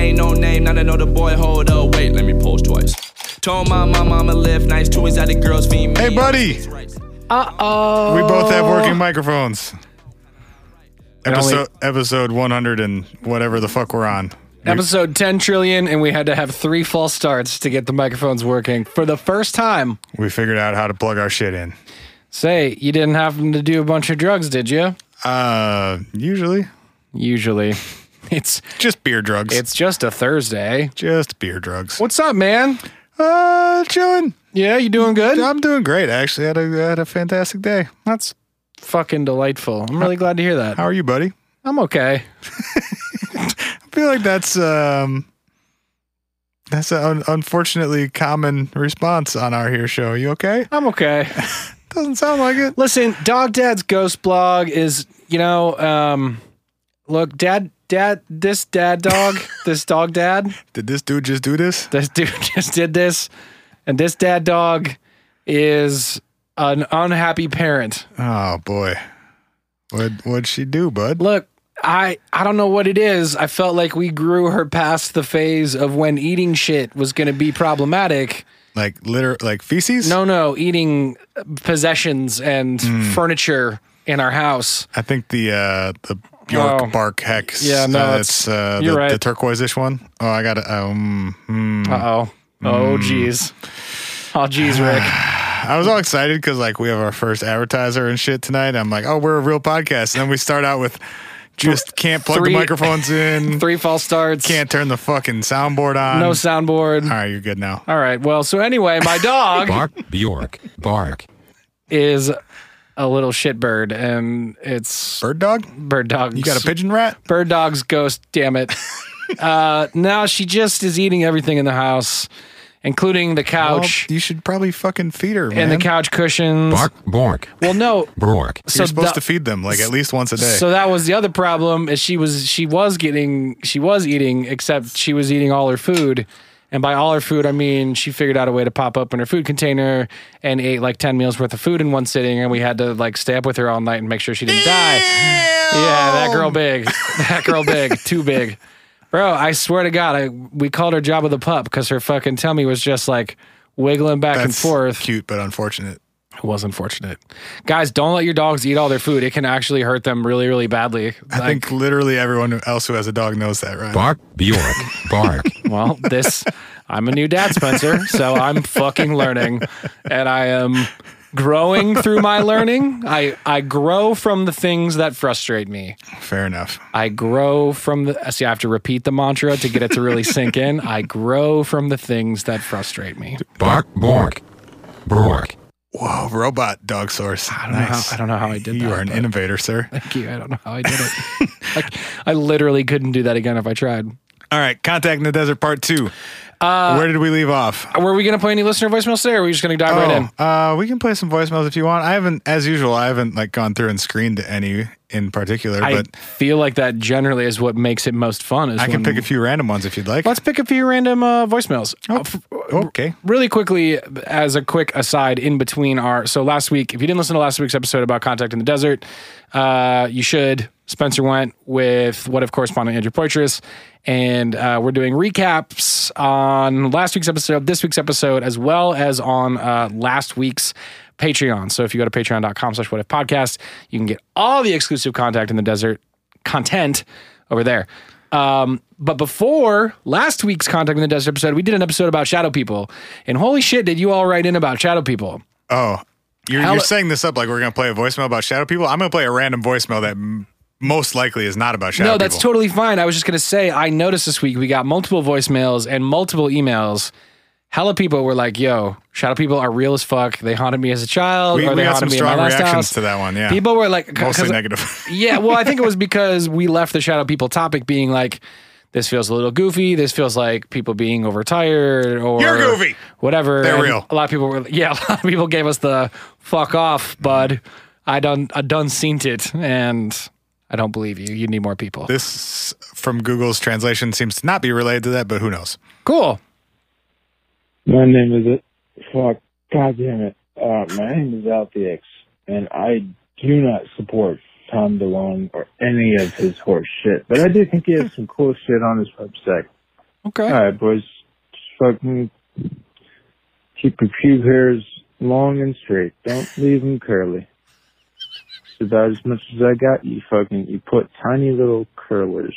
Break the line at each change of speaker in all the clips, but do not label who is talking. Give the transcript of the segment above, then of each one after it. now they know the boy, hold up, wait, let me pause twice. Told my mom I'ma live nice, two is out of girls, feed me.
Hey, buddy.
Uh oh.
We both have working microphones.
only-
Episode episode 100 and whatever the fuck we're on.
Episode 10 trillion, and we had to have three false starts to get the microphones working for the first time.
We figured out how to plug our shit in.
Say, you didn't happen to do a bunch of drugs, did you?
Uh, usually
Usually. It's
just beer drugs.
it's just a Thursday.
just beer drugs.
What's up, man?
Uh, chilling.
Yeah, you doing good?
I'm doing great. Actually, had a had a fantastic day.
That's fucking delightful. I'm really glad to hear that.
How are you, buddy?
I'm okay.
I feel like that's um that's an un- unfortunately common response on our here show. You okay?
I'm okay.
Doesn't sound like it.
Listen, Dog Dad's ghost blog is, you know, um, look, dad, dad, this dad dog, this dog dad,
Did this dude just do this?
this dude just did this, and this dad dog is an unhappy parent.
Oh boy. What what'd she do, bud?
Look, I I don't know what it is. I felt like we grew her past the phase of when eating shit was going to be problematic.
Like liter like feces?
No, no, eating possessions and
Hmm.
furniture in our house.
I think the uh the Bjork
Oh.
bark hex.
Yeah, no,
uh,
it's-
it's uh
you're
the,
right.
the turquoise-ish one. Oh, I got it. Um, hmm.
Uh-oh. Oh jeez. Oh jeez, Rick.
I was all excited because like we have our first advertiser and shit tonight. I'm like, oh, we're a real podcast, and then we start out with just can't plug
Three-
the microphones in,
Three false starts.
can't turn the fucking soundboard on.
No soundboard.
all right, you're good now.
All right. Well, so anyway, my dog
Bark, Bjork, bark.
is a little shitbird and it's
Bird dog,
bird dog.
you got a pigeon rat?
bird dog's ghost, damn it. uh, now she just is eating everything in the house, including the
Well,
couch
you should probably fucking feed her, man.
and the couch cushions.
Bark, bork,
Well, no.
bork.
So
You're supposed
the-
to feed them like at least once a day.
So that was the other problem is she was she was getting she was eating except she was eating all her food. And by all her food, I mean she figured out a way to pop up in her food container and ate like ten meals worth of food in one sitting. And we had to like stay up with her all night and make sure she didn't die. Yeah, that girl big, that girl big, too big, bro. I swear to God, I we called her Jabba the pup because her fucking tummy was just like wiggling back and
That's
forth.
cute but unfortunate.
It was unfortunate. Guys, don't let your dogs eat all their food. It can actually hurt them really, really badly.
I think literally everyone else who has a dog knows that, right?
Bark, Bjork, bark.
well, this I'm a new dad, Spencer, so I'm fucking learning, and I am growing through my learning. I I grow from the things that frustrate me.
Fair enough.
I grow from the. See, I have to repeat the mantra to get it to really sink in. I grow from the things that frustrate me.
Bark, bork, bork.
Whoa, robot dog source. I
don't know how- I don't know how I did
You
that,
are an
but-
innovator, sir.
Thank you. I don't know how I did it. like, I literally couldn't do that again if I tried.
All right, Contact in the Desert Part 2.
Uh,
Where did we leave off?
Were we gonna play any listener voicemails today? Or are we just gonna dive right in?
Oh, uh, we can play some voicemails if you want. I haven't, as usual, I haven't like gone through and screened any in particular,
I
but
feel like that generally is what makes it most fun. Is
I can
when-
pick a few random ones if you'd like. Oh,
Let's pick a few random uh, voicemails. Uh, f-
okay.
Really quickly, as a quick aside, in between our so last week, if you didn't listen to last week's episode about contact in the desert, uh, you should. Spencer went with what if correspondent Andrew Poitras, and uh, we're doing recaps on last week's episode, this week's episode, as well as on uh, last week's Patreon. So if you go to patreon.com slash what if podcast, you can get all the exclusive contact in the desert content over there. Um, but before last week's Contact in the Desert episode, we did an episode about shadow people. And holy shit, did you all write in about shadow people?
Oh, you're,
Hello-
you're setting this up like we're going to play a voicemail about shadow people. I'm going to play a random voicemail that m- most likely is not about shadow
No, that's
people.
totally fine. I was just going to say, I noticed this week we got multiple voicemails and multiple emails. Hella people were like, yo, shadow people are real as fuck. They haunted me as a child.
We-
or
we
they
got some
haunted me in my
strong
last
reactions
house.
to that one, yeah.
People were like,
Mostly
'cause-
negative.
yeah, well, I think it was because we left the shadow people topic being like, this feels a little goofy. This feels like people being overtired or
You're goofy.
Whatever.
They're
And
real.
A lot of people were yeah, a lot of people gave us the fuck off, bud. I done I done seen it and I don't believe you. You need more people.
this from Google's translation seems to not be related to that, but who knows?
Cool.
My name is fuck. God damn it. Uh, my name is Althex, and I do not support Tom DeLonge or any of his horse shit. But I do think he has some cool shit on his website.
Okay.
All right, boys. Just fucking keep your pube hairs long and straight. Don't leave them curly. It's about as much as I got. You fucking you put tiny little curlers.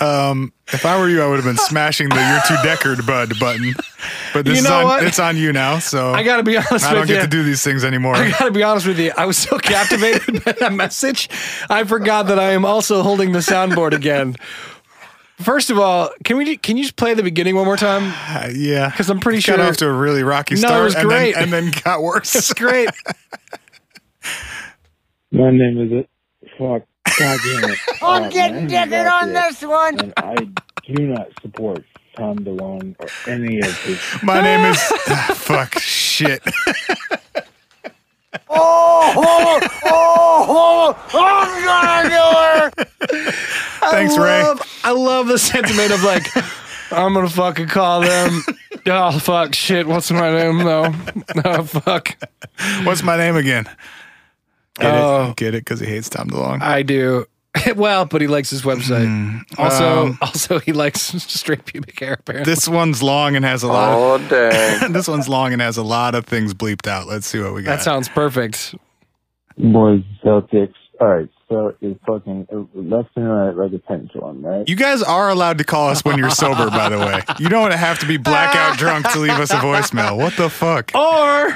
Um, if I were you, I would have been smashing the "You're too deckered, bud" button. But this
You
is
know
on,
what?
it's on you now, so
I gotta be honest
I
with
don't
you.
get to do these things anymore.
I gotta be honest with you. I was so captivated by that message. I forgot that I am also holding the soundboard again. First of all, can we can you just play the beginning one more time?
Uh, yeah,
'Cause I'm pretty
got
sure-
off to a really rocky
No, it
start,
was
and,
great.
Then, and then got worse.
It's great.
My name is it. Fuck. God damn it.
I'm
Uh,
getting
my name is
dicked
out
on
there,
this one.
And I do not support Tom DeLonge or any of his.
My name is ah, fuck shit.
Oh, oh, oh, oh, I'm gonna do her.
Thanks,
I
Ray.
love, Um, I love the sentiment of like, I'm gonna fucking call them. Oh fuck, shit. What's my name though? Oh fuck.
What's my name again? Get
Oh.
it? Get it? Because he hates Tom DeLonge.
I do. well, but he likes his website. also, also he likes straight pubic hair. Apparently,
this one's long and has a lot. Oh dang! this one's long and has a lot of things bleeped out. Let's see what we got.
that sounds perfect.
Boys, Celtics. All right, so it's fucking uh, left and right like a pendulum, right?
You guys are allowed to call us when you're sober, by the way. You don't have to be blackout drunk to leave us a voicemail. What the fuck?
Or,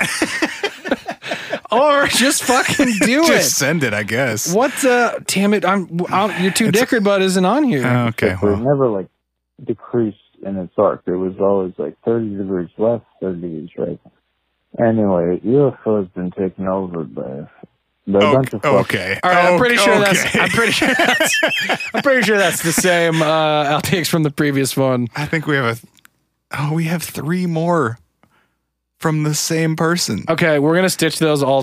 or just fucking Oh, do
Just
it.
send it, I guess.
What the? Damn it! I'm. I'm your two dicker butt isn't on here.
Okay,
It
well,
was never like decreased in its arc. It was always like 30 degrees left, 30 degrees right. Anyway, UFO has been taken over by, by a bunch
Oh, okay.
of fuck-
okay.
All right, I'm
Ok-
pretty sure that's.
okay.
I'm pretty sure that's. I'm pretty sure that's the same uh, outtakes from the previous one.
I think we have a. Oh, we have three more from the same person.
Okay, we're gonna stitch those all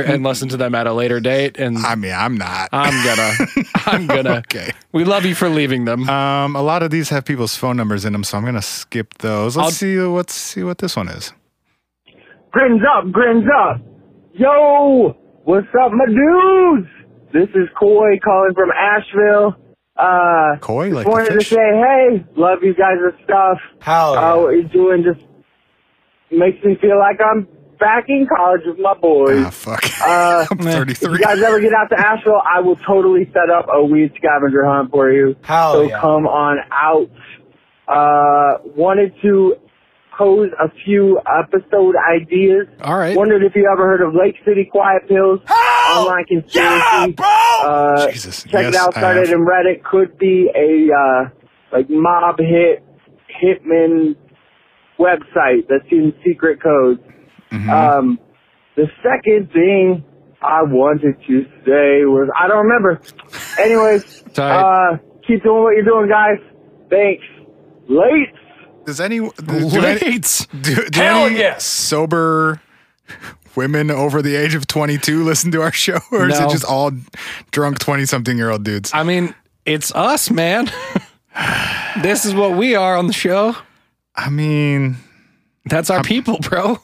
and listen to them at a later date. And
I mean, I'm not.
I'm gonna, I'm gonna.
Okay.
We love you for leaving them.
Um, a lot of these have people's phone numbers in them, so I'm gonna skip those. Let's
I'll-
see. Let's see what this one is.
Grins up, grins up. Yo, what's up, my dudes? This is Coy calling from Asheville. Uh,
Coy, like
just
the
wanted to
fish?
say, hey, love you guys' stuff. How? Uh, what you're doing just makes me feel like I'm back in college with my boys.
Ah, fuck.
Uh,
I'm 33.
If you guys ever get out to Asheville, I will totally set up a weed scavenger hunt for you. Hell so come on out. Uh, wanted to pose a few episode ideas.
All right.
Wondered if you ever heard of Lake City Quiet Pills. Online conspiracy. Uh,
Jesus.
Check
Yes,
it out.
I
Started
have.
in Reddit. Could be a uh, like mob hit hitman website that's in secret codes.
Mm-hmm.
Um, the second thing I wanted to say was I don't remember. Anyways,
Tight.
uh, keep doing what you're doing, guys. Thanks. Late.
Does any do, do any-
Wait.
Do, do
Hell
any
yes.
sober women over the age of 22 listen to our show, or is
No.
it just all drunk 20 something year old dudes?
I mean, it's us, man. this is what we are on the show.
I mean,
That's our people, bro.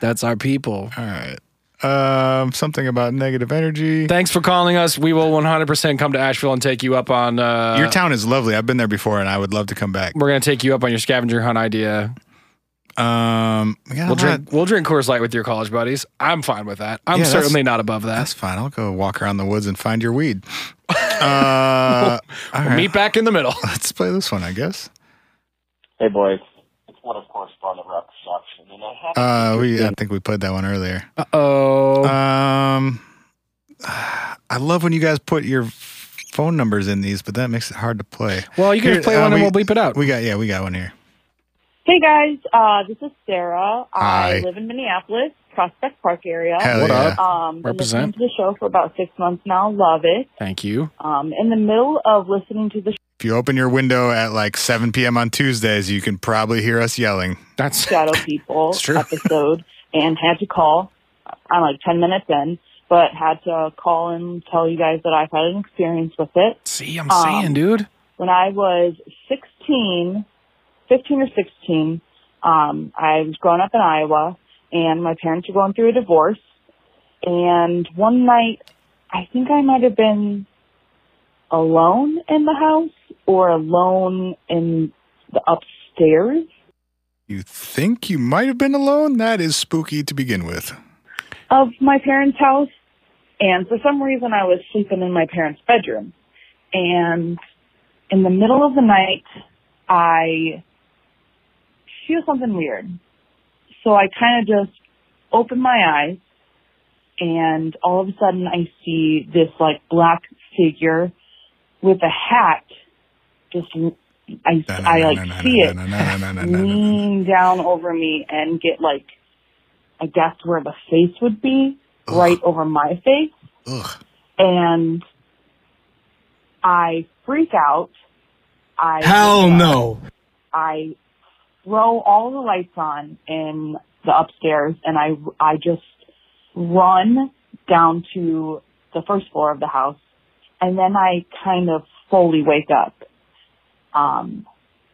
That's our people.
all right. Um, something about negative energy.
Thanks for calling us. We will 100% come to Asheville and take you up on. Uh,
Your town is lovely. I've been there before, and I would love to come back.
we're gonna take you up on your scavenger hunt idea.
Um, we got a
We'll
lot-
drink. We'll drink Coors Light with your college buddies. I'm fine with that. I'm
Yeah, that's-
certainly not above that.
That's fine. I'll go walk around the woods and find your weed. Uh, all right.
Meet back in the middle.
Let's play this one, I guess.
Hey, boys.
It's one of correspondent rep production, and I have
Uh, we I think we played that one earlier.
Uh oh.
Um, I love when you guys put your phone numbers in these, but that makes it hard to play.
well, you can
here,
just play
uh,
one
we-
and we'll bleep it out.
We got yeah, we got one here.
Hey guys, uh, this is Sarah.
Hi.
I live in Minneapolis, Prospect Park area.
Hell
Uh, What
yeah.
up?
Um, been listening
Represent.
to the show for about six months now. Love it.
Thank you.
Um, in the middle of listening to the
If you open your window at like 7 p.m. on Tuesdays, you can probably hear us yelling.
That's
Shadow People
It's true.
episode, and had to call. I'm like ten minutes in, but had to call and tell you guys that I've had an experience with it.
see, I'm
Um,
saying, dude.
when I was 16, 15 or 16, um, I was growing up in Iowa and my parents were going through a divorce. And one night, I think I might have been alone in the house or alone in the upstairs.
You think you might have been alone? That is spooky to begin with.
of my parents' house, and for some reason I was sleeping in my parents' bedroom. And in the middle of the night, I feel something weird. So I kind of just open my eyes, and all of a sudden I see this like black figure with a hat. Just I I like see it lean down over me and get like I guess where the face would be, right over my face.
Ugh.
And I freak out. I
Hell no.
I throw all the lights on in the upstairs and I I just run down to the first floor of the house and then I kind of fully wake up. Um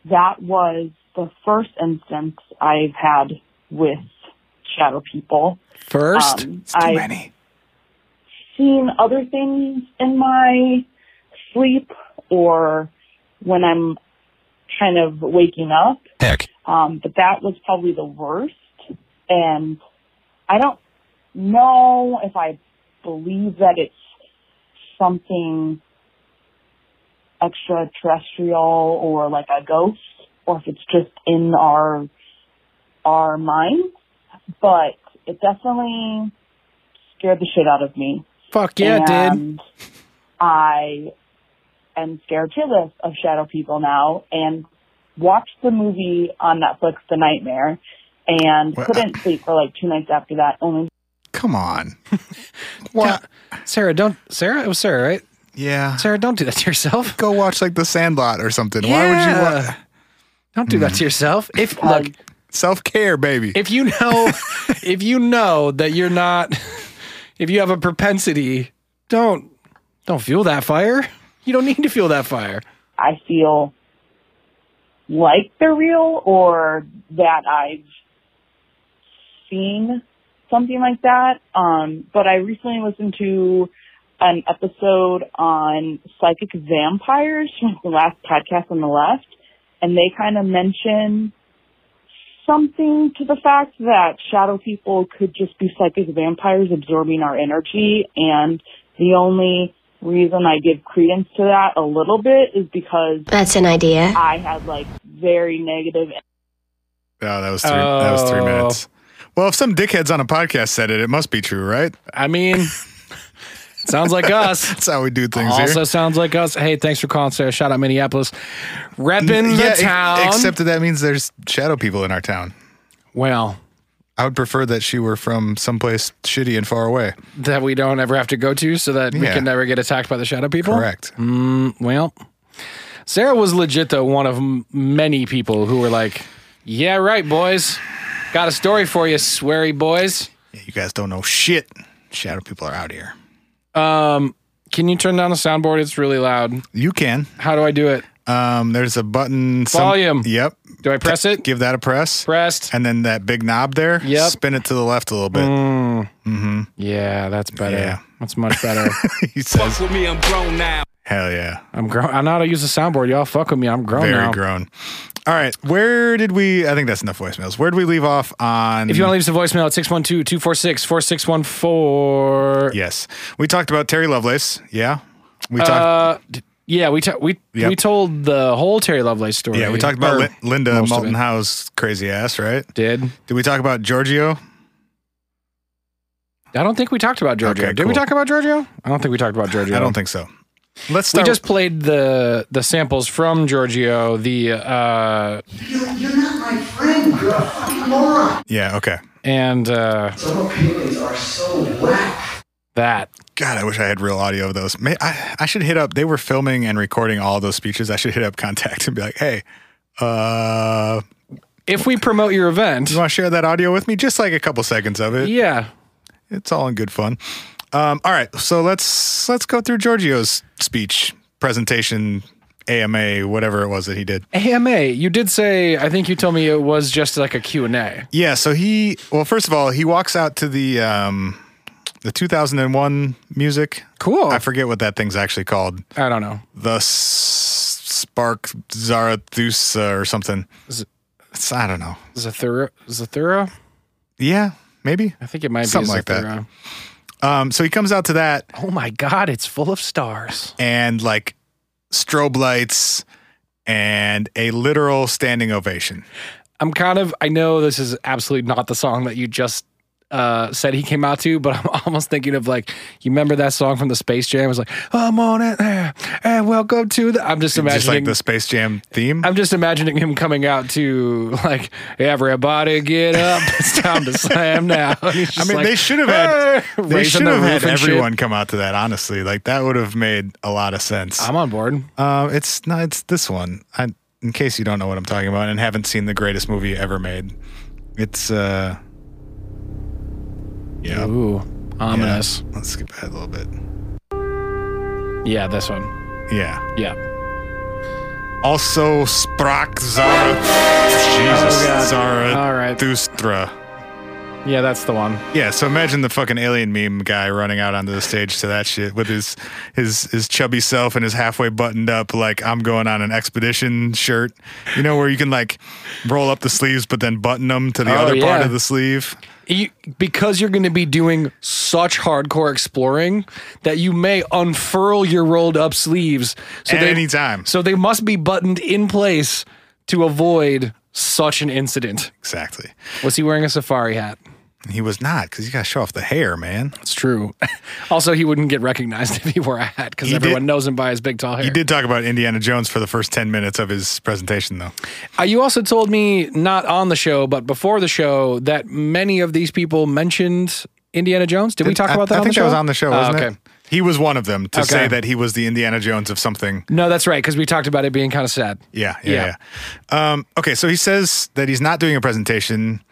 that was the first instance I've had with shadow people.
First,
Um,
It's too
I've
many.
seen other things in my sleep or when I'm kind of waking up.
Heck.
Um, but that was probably the worst. And I don't know if I believe that it's something extraterrestrial or like a ghost or if it's just in our our mind. But it definitely scared the shit out of me.
fuck yeah, dude.
and I am scared shitless of shadow people now and watched the movie on Netflix, The Nightmare, and
Well,
couldn't sleep for like two nights after that. Only
Come on. what?
Sarah, don't Sarah. It was Sarah, right?
Yeah.
Sarah, don't do that to yourself.
Go watch like The Sandlot or something. Why would you
Yeah.
wa-
Don't do that
Hmm.
to yourself. If look,
self care, baby?
if you know, if you know that you're not, if you have a propensity, don't don't fuel that fire. You don't need to fuel that fire.
I feel like they're real or that I've seen something like that. Um, but I recently listened to an episode on psychic vampires from the last podcast on the left, and they kind of mention something to the fact that shadow people could just be psychic vampires absorbing our energy, and the only reason I give credence to that a little bit is because
That's an idea.
I had like very negative
oh, that was three, that was three
Oh.
minutes. Well, if some dickheads on a podcast said it, it must be true, right?
I mean, sounds like us.
That's how we do things
also
here.
sounds like us. Hey, thanks for calling, Sarah. Shout out Minneapolis, repping
yeah,
the
e-
town.
except that that means there's shadow people in our town.
well,
I would prefer that she were from someplace shitty and far away.
that we don't ever have to go to, so that we
Yeah.
can never get attacked by the shadow people.
Correct.
Well, Sarah was legit though one of m- many people who were like, "Yeah, right, boys. Got a story for you, sweary boys.
Yeah, you guys don't know shit. Shadow people are out here.
Um, can you turn down the soundboard? It's really loud.
You can.
How do I do it?
Um, there's a button. some-
Volume.
Yep.
Do I press it?
Give that a press.
Pressed.
And then that big knob there.
Yep. Mm.
Spin it to the left a little bit.
Yeah, that's better.
Yeah.
That's much better.
he says,
Fuck with me, I'm grown now.
"Hell yeah,
I'm grown. I know how to use the soundboard. Y'all fuck with me. I'm grown
very
now.
grown." All right, where did we? I think that's enough voicemails. Where did we leave off on?
If you want to leave us a voicemail at 612-246-4614.
yes, we talked about Terry Lovelace. Yeah, we talked.
Uh, d- yeah, we ta- we
Yep.
we told the whole Terry Lovelace story.
yeah, we talked about
or
Lin- Linda
most of
Moulton
it.
Howe's crazy ass, right?
Did
Did we talk about Giorgio?
I don't think we talked about Giorgio.
Okay,
Did we
cool.
talk about Giorgio? I don't think we talked about Giorgio.
I don't think so. Let's
we
start.
just played the the samples from Giorgio. The uh
yeah, okay.
and uh that
God, I wish I had real audio of those. May, I, I should hit up. They were filming and recording all those speeches. I should hit up Contact and be like, "Hey, uh,
if we promote your event,
you want to share that audio with me? Just like a couple seconds of it.
yeah,
It's all in good fun. Um, all right, so let's let's go through Giorgio's speech presentation, AMA, whatever it was that he did.
AMA. You did say I think you told me it was just like a Q and A.
Yeah, so he well, first of all, he walks out to the um, the 2001 music.
Cool. Oh.
I forget what that thing's actually called.
I don't know.
The s- Bark Zarathustra or something. It's, I don't know.
Zathura, Zathura.
Yeah, maybe.
I think it might
Something
be
like that.
Zathura.
Um, so he comes out to that
Oh my God! It's full of stars.
and like strobe lights and a literal standing ovation.
I'm kind of. I know this is absolutely not the song that you just uh, said he came out to, but I'm almost thinking of like you remember that song from the Space Jam? It was like I'm on it there and welcome to the. I'm just imagining.
Just like the Space Jam theme.
I'm just imagining him coming out to like everybody get up. It's time to slam now. I
I mean, they should have had they should have had everyone
Shit.
come out to that. Honestly, like that would have made a lot of sense.
I'm on board.
Uh, it's not. It's this one. I, in case you don't know what I'm talking about and haven't seen the greatest movie ever made, it's uh, yeah, yeah.
Ooh, ominous.
Let's skip ahead a little bit.
Yeah, this one.
Yeah.
Yeah.
Also, Sprach Zara. Jesus,
Oh, God. All right.
Zarathustra.
Yeah, that's the one.
Yeah. So imagine the fucking alien meme guy running out onto the stage to that shit with his his his chubby self and his halfway buttoned up like I'm going on an expedition shirt. You know where you can like roll up the sleeves but then button them to the
Oh,
other part
yeah.
of the sleeve.
you, because you're going to be doing such hardcore exploring that you may unfurl your rolled up sleeves. So
At any time.
So they must be buttoned in place to avoid such an incident.
Exactly.
Was he wearing a safari hat?
He was not because you got to show off the hair, man.
It's true. also, he wouldn't get recognized if he wore a hat because
He did-
everyone knows him by his big tall hair.
He did talk about Indiana Jones for the first ten minutes of his presentation, though.
Uh, you also told me not on the show, but before the show, that many of these people mentioned Indiana Jones. Did, we talk
I-
about that?
I
on
think
the show?
that was on the show,
Oh,
wasn't
okay.
it? He was one of them to say
Okay.
that he was the Indiana Jones of something.
No, that's right because we talked about it being kind of sad.
Yeah, yeah, yeah. Um, okay, so he says that he's not doing a presentation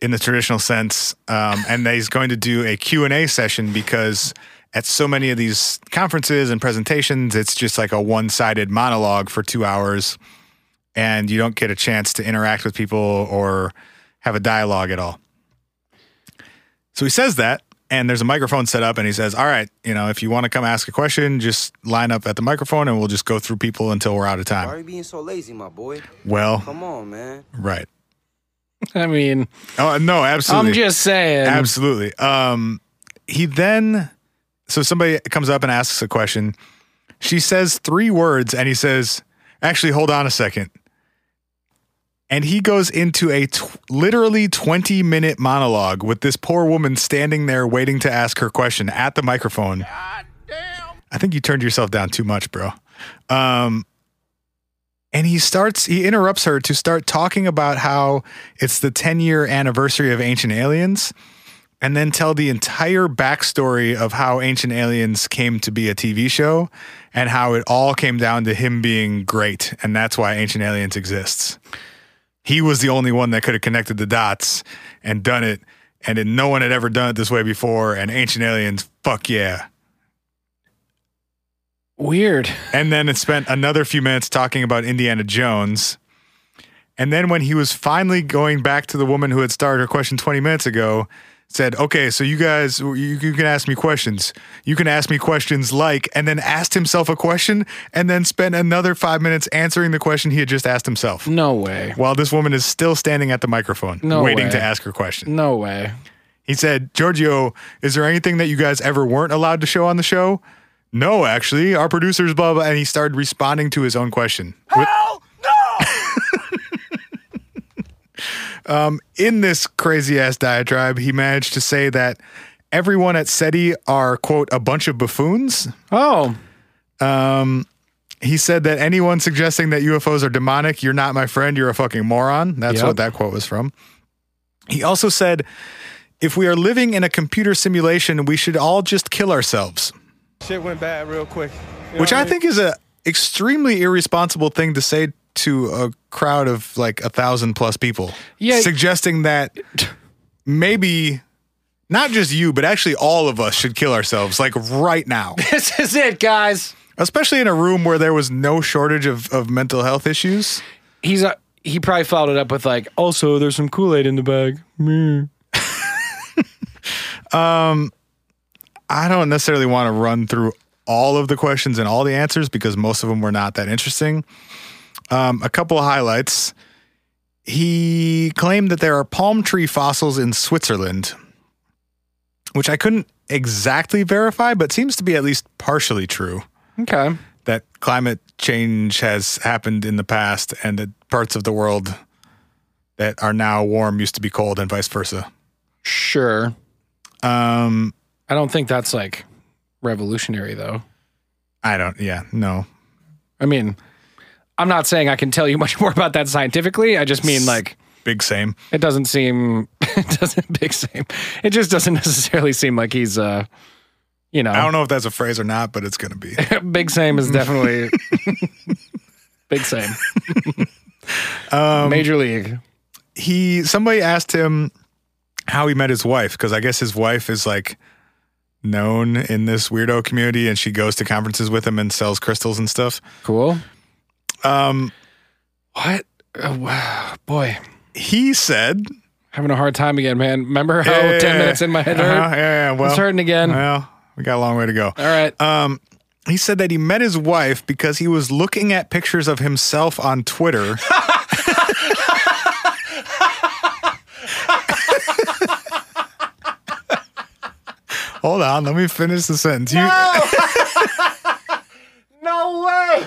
in the traditional sense, um, and that he's going to do a Q and A session because at so many of these conferences and presentations, it's just like a one-sided monologue for two hours, and you don't get a chance to interact with people or have a dialogue at all. So he says that, and there's a microphone set up, and he says, "All right, you know, if you want to come ask a question, just line up at the microphone, and we'll just go through people until we're out of time."
Why are you being so lazy, my boy?
Well,
Come on, man.
Right.
I mean,
Oh no, absolutely.
I'm just saying.
absolutely. Um, he then so somebody comes up and asks a question. She says three words, and he says, "Actually, hold on a second. And he goes into a tw- literally 20 minute monologue with this poor woman standing there waiting to ask her question at the microphone. I think you turned yourself down too much, bro. Um, and he starts, he interrupts her to start talking about how it's the 10 year anniversary of Ancient Aliens and then tell the entire backstory of how Ancient Aliens came to be a TV show and how it all came down to him being great. And that's why Ancient Aliens exists he was the only one that could have connected the dots and done it. And then no one had ever done it this way before. And Ancient Aliens, fuck yeah.
Weird.
And then it spent another few minutes talking about Indiana Jones. And then when he was finally going back to the woman who had started her question 20 minutes ago, said, "Okay, so you guys you, you can ask me questions. You can ask me questions like" and then asked himself a question and then spent another 5 minutes answering the question he had just asked himself.
No way.
While this woman is still standing at the microphone
No
waiting
way.
to ask her question.
No way.
He said, Giorgio, is there anything that you guys ever weren't allowed to show on the show? No, actually. Our producers, blah, blah. And he started responding to his own question. With-
Hell no!
Um, in this crazy ass diatribe, he managed to say that everyone at SETI are, quote, a bunch of buffoons.
Oh,
He said that anyone suggesting that UFOs are demonic, you're not my friend, you're a fucking moron. That's
Yep.
what that quote was from. He also said, if we are living in a computer simulation, we should all just kill ourselves.
Shit went bad real quick.
which I think is a extremely irresponsible thing to say to a crowd of like a thousand plus people.
Yeah.
suggesting that maybe not just you, but actually all of us should kill ourselves, like right now,
this is it, guys.
especially in a room where there was no shortage of of mental health issues.
He's a. He probably followed it up with like, also, there's some Kool Aid in the bag. Mm.
I don't necessarily want to run through all of the questions and all the answers because most of them were not that interesting. Um, a couple of highlights. He claimed that there are palm tree fossils in Switzerland, which I couldn't exactly verify, but seems to be at least partially true
Okay.
that climate change has happened in the past and that parts of the world that are now warm used to be cold and vice versa.
Sure.
Um,
I don't think that's like revolutionary though.
I don't, yeah, no.
I mean, I'm not saying I can tell you much more about that scientifically. I just mean like
Big same.
it doesn't seem it doesn't big same. It just doesn't necessarily seem like he's uh you know,
I don't know if that's a phrase or not, but it's going to be.
Big Same is definitely Big Same. Major League.
He, somebody asked him how he met his wife because I guess his wife is like known in this weirdo community and she goes to conferences with him and sells crystals and stuff.
Cool.
Um,
What? Oh, wow. Boy,
he said,
having a hard time again, man. Remember how
Yeah, yeah,
10
yeah.
minutes in my head hurt?
Uh-huh, yeah, yeah, well,
it's hurting again.
well, we got a long way to go.
All right.
Um, he said that he met his wife because he was looking at pictures of himself on Twitter. Hold on, let me finish the sentence. You,
No way!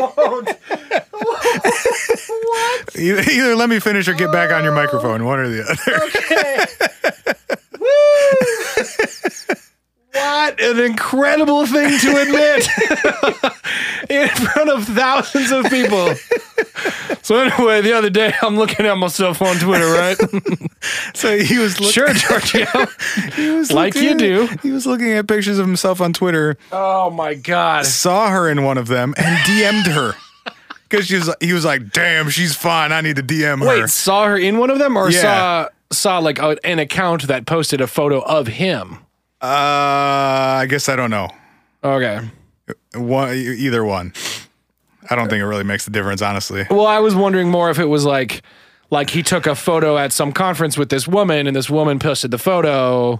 either, either let me finish or get back on your microphone, one or the other.
What an incredible thing to admit in front of thousands of people. So, anyway, the other day I'm looking at myself on Twitter, right?
so he was look-
sure, Giorgio.
he was
like you do.
He was looking at pictures of himself on Twitter,
Oh my God.
saw her in one of them, and DM'd her. Because she was, he was like, "Damn, she's fine. I need to DM her."
Wait, saw her in one of them or
Yeah.
saw saw like a, an account that posted a photo of him?
Uh, I guess I don't know.
Okay.
One, e- either one. I don't think it really makes a difference, honestly.
Well, I was wondering more if it was like like he took a photo at some conference with this woman and this woman posted the photo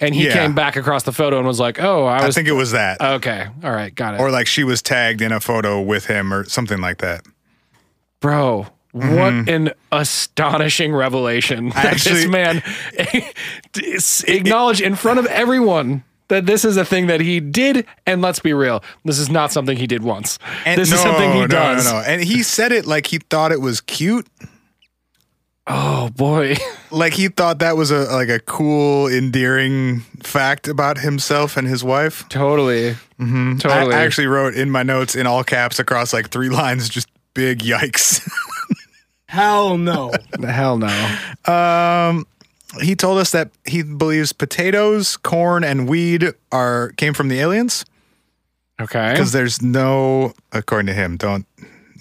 and he
Yeah.
came back across the photo and was like, "Oh, I
I
was
think it was that,
okay. All right, got it."
or like she was tagged in a photo with him, or something like that.
Bro, what an astonishing revelation that this
Mm-hmm. actually-
man acknowledged in front of everyone that this is a thing that he did. And let's be real, this is not something he did once. this is something he
no,
does.
No, no, no. And he said it like he thought it was cute,
Oh boy,
like he thought that was a like a cool, endearing fact about himself and his wife.
totally,
Mm-hmm. I-
totally.
I actually wrote in my notes in all caps across like three lines, just big yikes.
Hell no.
hell no.
Um, he told us that he believes potatoes, corn, and weed are came from the aliens
Okay,
because there's no, according to him, don't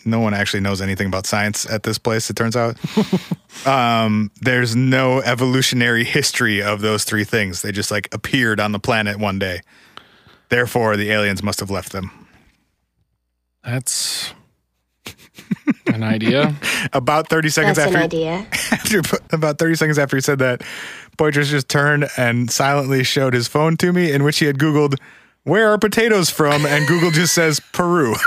no one actually knows anything about science at this place. It turns out, um, there's no evolutionary history of those three things. They just like appeared on the planet one day. Therefore, the aliens must have left them.
that's an idea.
About thirty seconds after
idea.
after about 30 seconds after he said that, Poitras just turned and silently showed his phone to me, in which he had Googled, Where are potatoes from? And Google just says, Peru.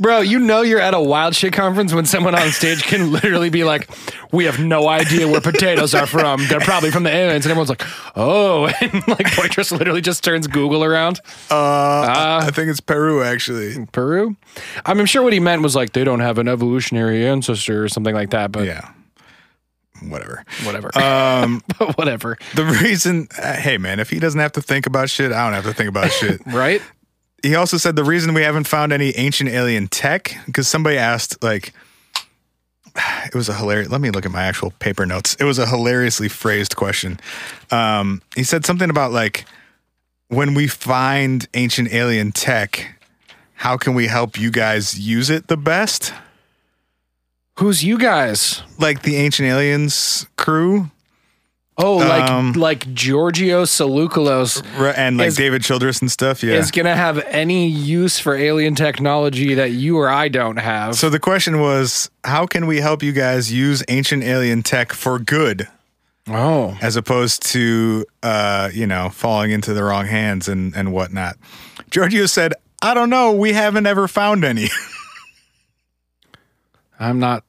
Bro, you know you're at a wild shit conference when someone on stage can literally be like, "We have no idea where potatoes are from. They're probably from the aliens," and everyone's like, "Oh!" And like Poitras literally just turns Google around.
Uh,
Uh,
I think it's Peru, actually.
Peru. I mean, I'm sure what he meant was like they don't have an evolutionary ancestor or something like that. But
Yeah. Whatever.
whatever.
Um,
but whatever,
the reason, uh, hey man, if he doesn't have to think about shit, I don't have to think about shit.
right?
he also said the reason we haven't found any ancient alien tech because somebody asked like it was a hilarious let me look at my actual paper notes it was a hilariously phrased question um, he said something about like when we find ancient alien tech how can we help you guys use it the best
Who's you guys?
like the ancient aliens crew
Oh, like
Um,
like Giorgio Salukulos
Re- and like
Is-
David Childress and stuff. Yeah.
is gonna have any use for alien technology that you or I don't have.
so the question was, how can we help you guys use ancient alien tech for good,
oh,
as opposed to uh, you know falling into the wrong hands and and whatnot? Giorgio said, "I don't know. We haven't ever found any."
I'm not.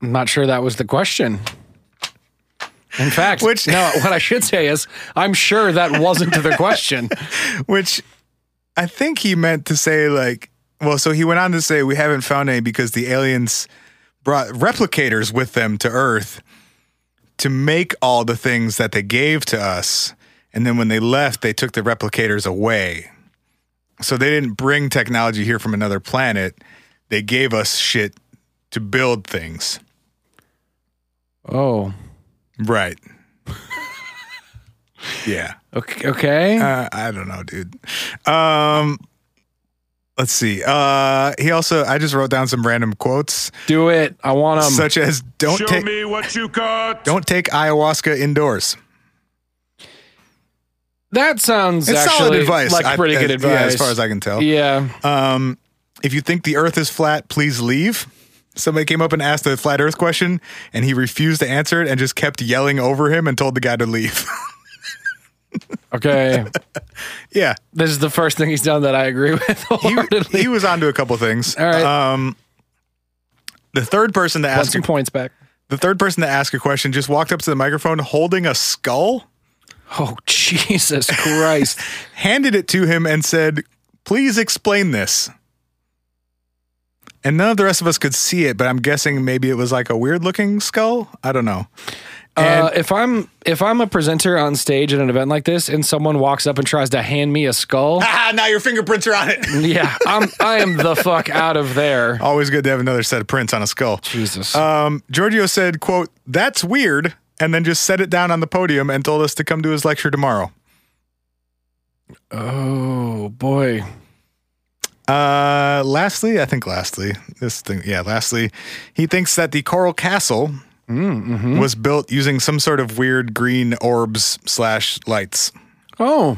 I'm not sure that was the question. In fact,
Which-
no, what I should say is, I'm sure that wasn't the question.
which I think he meant to say like well so he went on to say we haven't found any because the aliens brought replicators with them to earth to make all the things that they gave to us and then when they left they took the replicators away so they didn't bring technology here from another planet they gave us shit to build things
Oh,
right yeah
okay. okay.
Uh, I don't know, dude. Um, let's see. Uh, he also, I just wrote down some random quotes,
Do it. I want them.
such as "Don't take,
me what you got.
don't take ayahuasca indoors."
that sounds
It's
actually
solid advice.
like
I-
pretty
uh,
good advice.
yeah, as far as I can tell.
Yeah.
Um, if you think the Earth is flat, please leave. Somebody came up and asked a flat Earth question, and he refused to answer it and just kept yelling over him and told the guy to leave.
Okay.
yeah,
this is the first thing he's done that I agree with.
he,
wholeheartedly.
he was onto a couple things.
All right.
Um, the third person to
Want
ask a
some points back.
The third person to ask a question just walked up to the microphone holding a skull,
Oh Jesus Christ!
handed it to him, and said, Please explain this. And none of the rest of us could see it, but I'm guessing maybe it was like a weird looking skull. I don't know. And
uh, if I'm if I'm a presenter on stage at an event like this, and someone walks up and tries to hand me a skull,
ah, now your fingerprints are on it.
yeah, I'm I am the fuck out of there. Uh,
Always good to have another set of prints on a skull.
Jesus.
Um, Giorgio said, quote, that's weird, and then just set it down on the podium and told us to come to his lecture tomorrow.
oh boy.
Uh, lastly, I think lastly, this thing, yeah, lastly, he thinks that the Coral Castle was built using some sort of weird green orbs slash lights
Oh.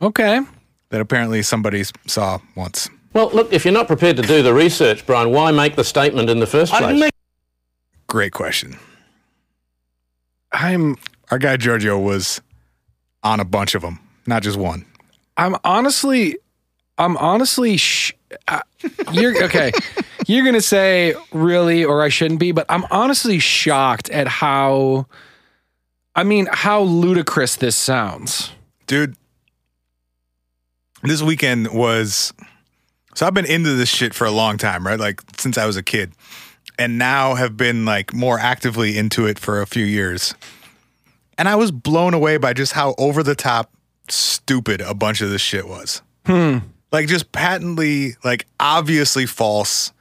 Okay.
that apparently somebody s- saw once.
Well, look, if you're not prepared to do the research, Brian, why make the statement in the first place?
Great question.
I'm
Our guy Giorgio was on a bunch of them, not just one.
I'm honestly, I'm honestly, sh- I- you're okay. you're gonna say really, or I shouldn't be, but I'm honestly shocked at how, I mean, how ludicrous this sounds.
Dude, this weekend was so I've been into this shit for a long time, right? Like since I was a kid. And now have been like more actively into it for a few years. And I was blown away by just how over the top stupid a bunch of this shit was.
Hmm.
Like just patently, like obviously false,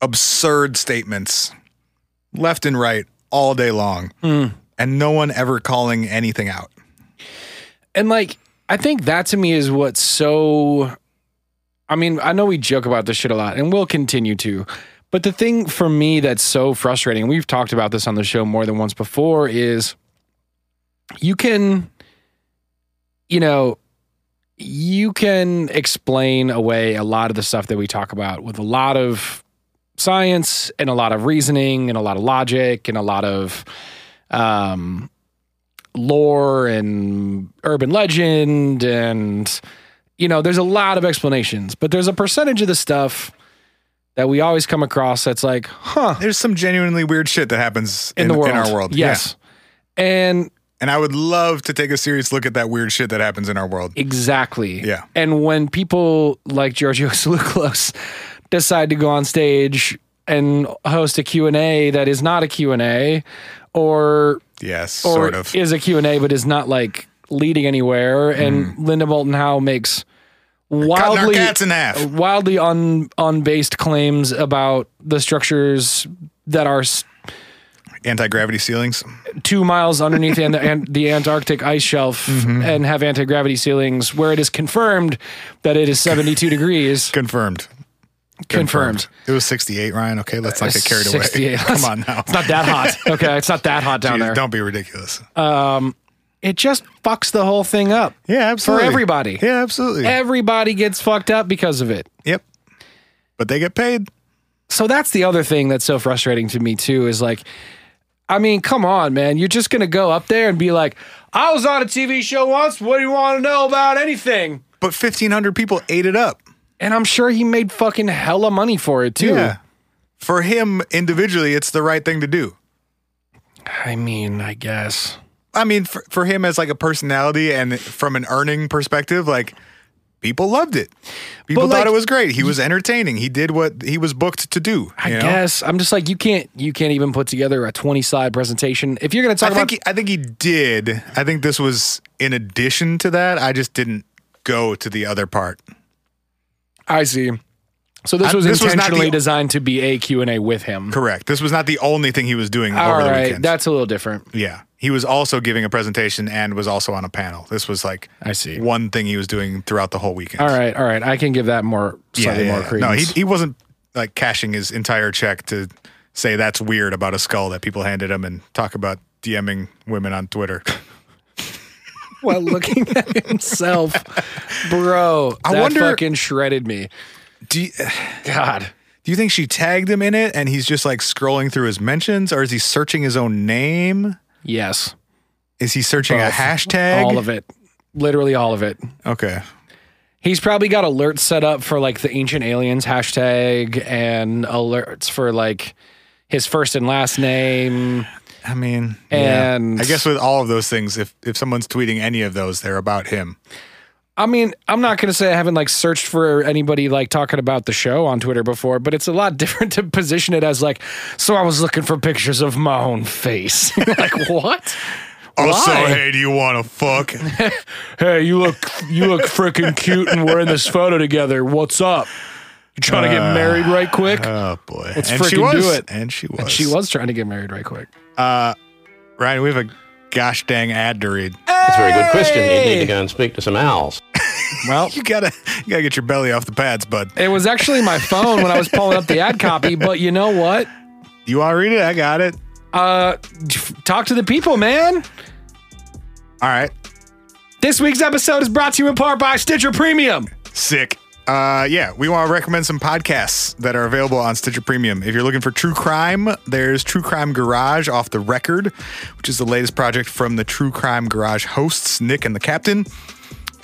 absurd statements left and right all day long. And no one ever calling anything out.
and like I think that to me is what's so I mean, I know we joke about this shit a lot and we'll continue to. But the thing for me that's so frustrating, and we've talked about this on the show more than once before, is you can you know you can explain away a lot of the stuff that we talk about with a lot of science and a lot of reasoning and a lot of logic and a lot of um lore and urban legend and you know there's a lot of explanations but there's a percentage of the stuff that we always come across that's like huh
there's some genuinely weird shit that happens
in, the world
our world. Yeah.
yes and
And I would love to take a serious look at that weird shit that happens in our world.
exactly
Yeah.
and when people like Giorgio Saluclos decide to go on stage and host a Q&A that is not a Q&A or
Yes,
or
sort of.
is a Q&A but is not like leading anywhere and Linda Bolton Howe makes
Cutting Hmm. our
wildly
cats in half.
wildly un unbased claims about the structures that are s-
Anti gravity ceilings.
2 miles underneath and the, and the Antarctic ice shelf
Mm-hmm.
and have anti-gravity ceilings where it is confirmed that it is 72 degrees
Confirmed.
Confirmed.
It was 68, Ryan. Okay, let's not get carried away.
68.
Come on now.
It's not that hot. Okay, it's not that hot down
Jeez,
there.
Don't be ridiculous.
um, it just fucks the whole thing up.
Yeah, absolutely.
For everybody.
Yeah, absolutely.
Everybody gets fucked up because of it.
Yep. But they get paid.
So that's the other thing that's so frustrating to me too is like, I mean, come on, man. You're just gonna go up there and be like, I was on a TV show once. What do you want to know about anything?
But 1,500 people ate it up.
And I'm sure he made fucking hella money for it too.
Yeah. For him individually, it's the right thing to do.
I mean, I guess.
I mean, for, for him as like a personality and from an earning perspective, like people loved it. People
But, like,
thought it was great. He was entertaining. He did what he was booked to do.
I
you know?
guess I'm just like you can't you can't even put together a 20 slide presentation if you're gonna talk
I
about
think he, I think he did. I think this was in addition to that. I just didn't go to the other part.
I see. So this
I-
was
this was not
intentionally
the-
designed to be a Q&A with him.
Correct. This was not the only thing he was doing
All
over the
right,
weekend.
that's a little different.
yeah. He was also giving a presentation and was also on a panel. This was like
I see.
one thing he was doing throughout the whole weekend.
All right, all right. I can give that more slightly more
No, he,
credence.
he wasn't like cashing his entire check to say that's weird about a skull that people handed him and talk about DMing women on Twitter.
while looking at himself, bro.
I
that
wonder-
fucking shredded me.
Do you,
God,
do you think she tagged him in it and he's just like scrolling through his mentions or is he searching his own name?
yes,
Is he searching
Both.
a hashtag?
all of it, literally all of it.
Okay.
He's probably got alerts set up for like the ancient aliens hashtag and alerts for like his first and last name.
I mean, yeah.
And-
I guess with all of those things, if if someone's tweeting any of those, they're about him.
I mean, I'm not going to say I haven't like searched for anybody like talking about the show on Twitter before, but it's a lot different to position it as like, so I was looking for pictures of my own face. like, what?
Also,
Why?
hey, do you want to fuck?
Hey, you look you look freaking cute and we're in this photo together. What's up? You trying to get married right quick?
oh boy,
Let's
and she
freaking do
was.
it.
And she was.
And she was trying to get married right quick.
Uh, Ryan, we have a gosh dang ad to read.
That's a very good question. You need to go and speak to some owls.
Well,
You gotta, you gotta get your belly off the pads, bud.
it was actually my phone when I was pulling up the ad copy, but you know what?
You want to read it? I got it.
Uh talk to the people, man.
All right,
This week's episode is brought to you in part by Stitcher Premium.
sick. Uh, yeah, we want to recommend some podcasts that are available on Stitcher Premium. If you're looking for true crime, there's True Crime Garage off the record, which is the latest project from the True Crime Garage hosts, Nick and the Captain.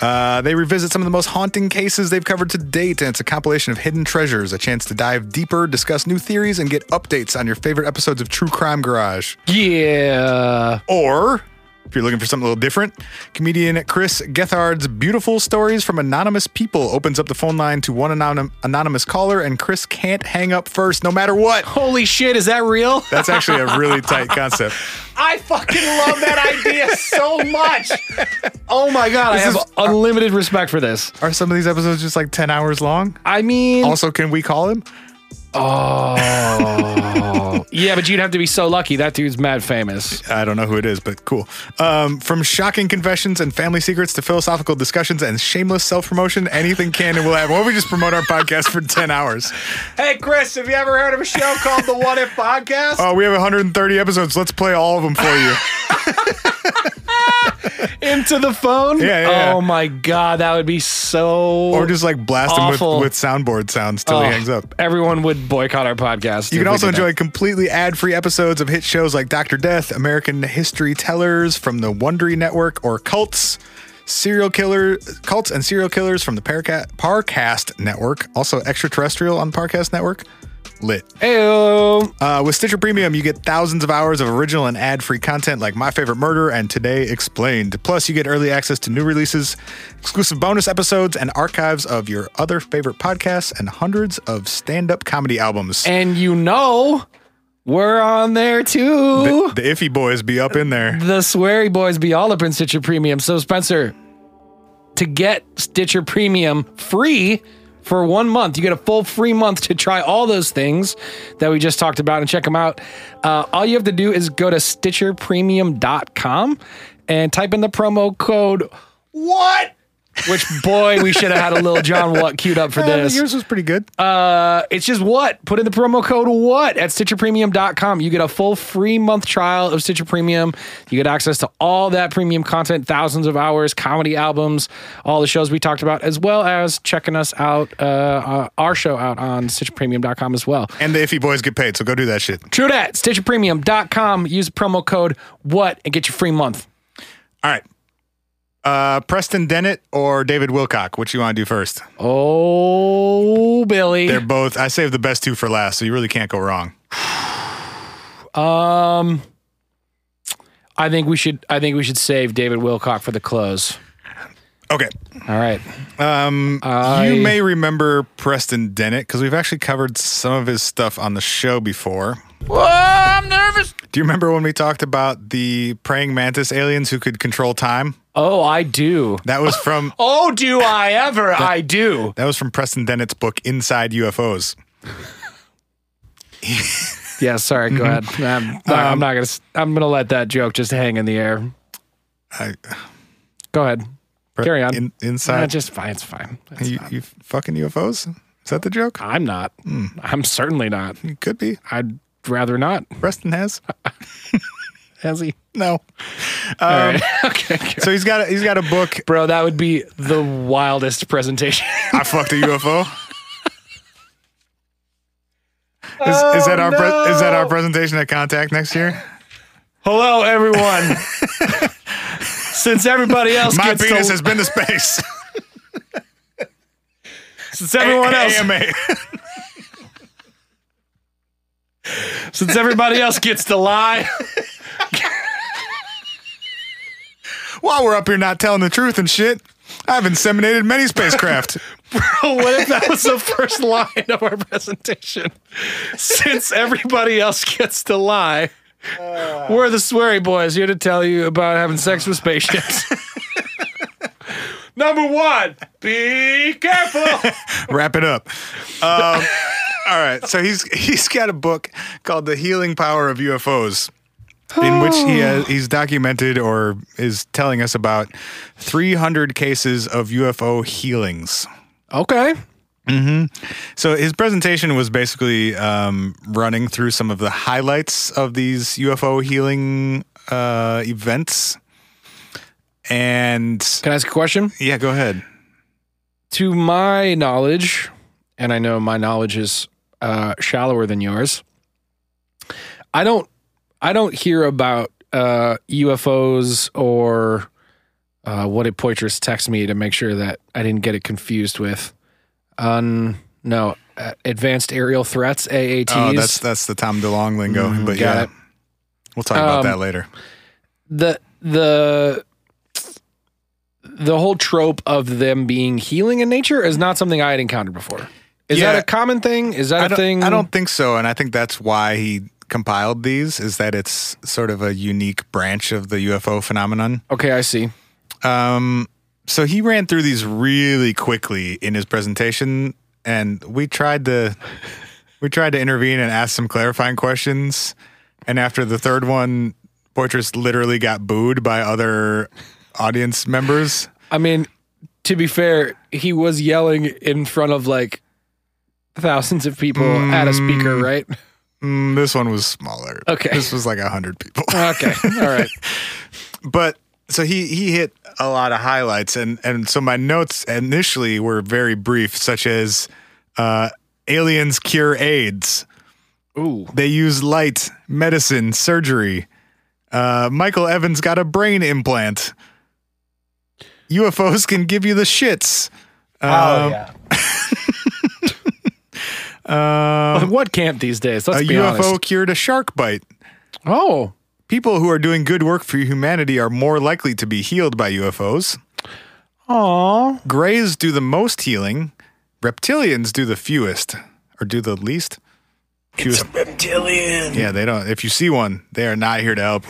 Uh, they revisit some of the most haunting cases they've covered to date, and it's a compilation of hidden treasures, a chance to dive deeper, discuss new theories, and get updates on your favorite episodes of True Crime Garage.
Yeah.
Or if you're looking for something a little different, comedian Chris Gethard's Beautiful Stories from Anonymous People opens up the phone line to one anonym- anonymous caller, and Chris can't hang up first no matter what.
Holy shit, is that real?
That's actually a really tight concept.
I fucking love that idea so much. Oh my god, I have unlimited respect for this.
Are some of these episodes just like 10 hours long?
I mean,
Also, can we call him?
oh. yeah, but you'd have to be so lucky. That dude's mad famous.
I don't know who it is, but cool. Um, from shocking confessions and family secrets to philosophical discussions and shameless self promotion, anything can and will happen. Why don't we just promote our podcast for 10 hours?
Hey, Chris, have you ever heard of a show called The What If Podcast?
Oh, we have 130 episodes. Let's play all of them for you.
Into the phone?
Yeah, yeah,
Oh
yeah.
my god, that would be so.
or just like blast
Awful.
him with, with soundboard sounds till
Oh,
he hangs up.
Everyone would boycott our podcast.
You
if
can
we
also
did that.
enjoy completely ad-free episodes of hit shows like Doctor Death, American History Tellers from the Wondery Network, or Cults, serial killer cults and serial killers from the Parca- Parcast Network. Also, extraterrestrial on Parcast Network. Lit.
Ayo.
Uh, with Stitcher Premium, you get thousands of hours of original and ad free content like My Favorite Murder and Today Explained. Plus, you get early access to new releases, exclusive bonus episodes, and archives of your other favorite podcasts and hundreds of stand up comedy albums.
And you know, we're on there too.
the, the Iffy Boys be up in there.
the Sweary Boys be all up in Stitcher Premium. So, Spencer, to get Stitcher Premium free for one month, you get a full free month to try all those things that we just talked about and check them out. Uh, all you have to do is go to StitcherPremium.com and type in the promo code. What? Which boy, we should have had a little John Watt queued up for
Yeah, but
this.
Yours was pretty good.
Uh, it's just what. Put in the promo code what at StitcherPremium.com. You get a full free month trial of Stitcher Premium. You get access to all that premium content, thousands of hours, comedy albums, all the shows we talked about, as well as checking us out, uh, uh, our show out on StitcherPremium.com as well.
And the Iffy Boys get paid, so go do that shit.
True that. StitcherPremium.com. Use the promo code what and get your free month.
All right. Uh, Preston Dennett or David Wilcock? Which you want to do first?
Oh, Billy.
They're both. I saved the best two for last, so you really can't go wrong.
Um, I think we should. I think we should save David Wilcock for the close.
Okay.
All right.
Um,
I-
you may remember Preston Dennett because we've actually covered some of his stuff on the show before.
Whoa, I'm nervous.
Do you remember when we talked about the praying mantis aliens who could control time?
Oh, I do.
That was from
Oh, do I ever? I do.
that was from Preston Dennett's book Inside UFOs.
Yeah. Sorry. Go ahead. I'm, I'm not gonna. s- I'm gonna let that joke just hang in the air.
I-
Go ahead.
Pre-
Carry on.
in-
Nah,
inside
just fine. It's Mm. fine. It's
you,
fine.
you fucking UFOs? Is that the joke?
I'm not. I'm certainly not.
It could be.
I'd rather not.
Preston has
Has he?
no.
All right. okay. good.
So he's got a, he's got a book.
Bro, that would be the wildest presentation.
I fucked a UFO. Is, is that our pre- is that our presentation at Contact next year?
Hello, everyone. since everybody else
My
gets
penis
to,
has been to space.
since everyone else
AMA.
since everybody else gets to lie.
While we're up here not telling the truth and shit, I've inseminated many spacecraft.
what if that was the first line of our presentation? Since everybody else gets to lie, we're the sweary boys here to tell you about having sex with spaceships. Number one, be careful.
Wrap it up. Um, all right. So he's he's got a book called The Healing Power of UFOs. In which he has, he's documented or is telling us about 300 cases of UFO healings.
Okay.
So his presentation was basically um, running through some of the highlights of these UFO healing uh, events. And
Can I ask a question?
yeah, go ahead.
to my knowledge, and I know my knowledge is uh, shallower than yours. I don't, I don't hear about uh, UFOs or uh, what did Poitras text me to make sure that I didn't get it confused with? Un, no, uh, advanced aerial threats (AATs).
Oh, that's that's the Tom DeLong lingo. but
Mm, got
yeah,
it.
we'll talk about
Um,
that later.
the the the whole trope of them being healing in nature is not something I had encountered before. Is
Yeah.
that a common thing? Is that
I
a
don't,
thing?
I don't think so, and I think that's why he compiled these. Is that it's sort of a unique branch of the UFO phenomenon.
Okay, I see.
Um, so he ran through these really quickly in his presentation, and we tried to we tried to intervene and ask some clarifying questions. And after the third one, Poitras literally got booed by other audience members.
I mean, to be fair, he was yelling in front of like thousands of people at a speaker, right?
Mm, this one was smaller.
Okay.
this was like a hundred people.
Okay, all right.
but so he he hit a lot of highlights and and so my notes initially were very brief such as uh aliens cure aids
Ooh,
they use light medicine surgery uh michael evans got a brain implant ufos can give you the shits
oh yeah.
uh,
what camp these days?
a
Let's be
ufo
honest.
cured a shark bite
Oh,
people who are doing good work for humanity are more likely to be healed by ufos
aw.
Grays do the most healing. Reptilians do the fewest, or do the least. Fewest.
Reptilian.
Yeah, they don't. If you see one, they are not here to help.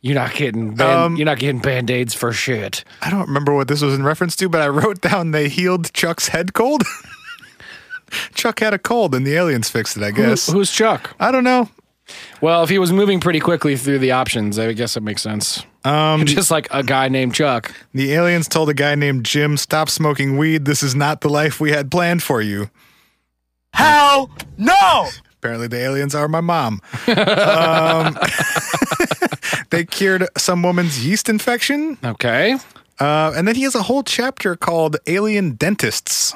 You're not getting band-
Um,
you're not getting band aids for shit.
I don't remember what this was in reference to, but I wrote down they healed Chuck's head cold. Chuck had a cold, and the aliens fixed it. I guess.
Who- who's Chuck?
I don't know.
Well, if he was moving pretty quickly through the options, I guess it makes sense.
Um,
just like a guy named Chuck.
The aliens told a guy named Jim, "Stop smoking weed. This is not the life we had planned for you."
Hell no!
Apparently, the aliens are my mom. um, they cured some woman's yeast infection.
Okay.
Uh, and then he has a whole chapter called Alien Dentists.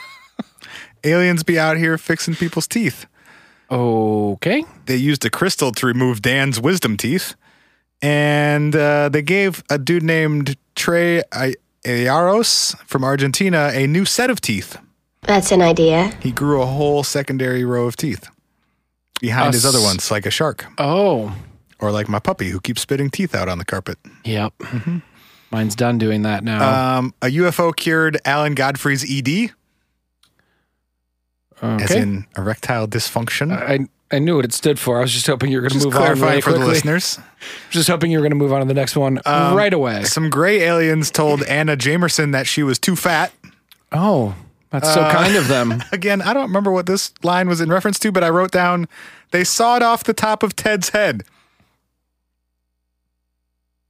Aliens be out here fixing people's teeth.
Okay.
They used a crystal to remove Dan's wisdom teeth. And uh, they gave a dude named Trey I- Ayaros from Argentina a new set of teeth.
That's an idea.
He grew a whole secondary row of teeth behind his other ones, like a shark.
Oh.
Or like my puppy who keeps spitting teeth out on the carpet.
Yep.
Mm-hmm.
Mine's done doing that now.
Um, a UFO cured Alan Godfrey's ED, as
okay.
in erectile dysfunction.
I, I knew what it stood for. I was just hoping you were going to
Just
move on
clarifying
really
for the
quickly.
listeners.
Just hoping you were going to move on to the next one
Um,
right away.
Some gray aliens told Anna Jamerson that she was too fat.
Oh, that's so
Uh,
kind of them.
Again, I don't remember what this line was in reference to, but I wrote down they sawed off the top of Ted's head.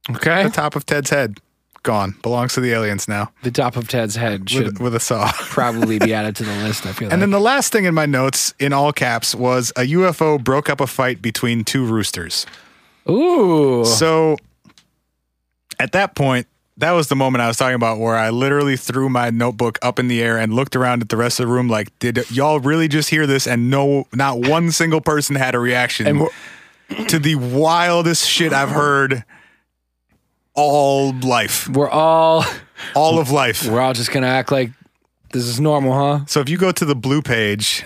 Okay.
The top of Ted's head. Gone. Belongs to the aliens now.
The top of Ted's head should
With, with a saw.
probably be added to the list, I feel
And
like.
then the last thing in my notes, in all caps, was a UFO broke up a fight between two roosters.
Ooh.
So at that point, that was the moment I was talking about where I literally threw my notebook up in the air and looked around at the rest of the room like, did y'all really just hear this? And no, not one single person had a reaction
And
to the wildest shit I've heard all life,
We're all
all of life.
we're all just going to act like this is normal, huh?
So if you go to the blue page,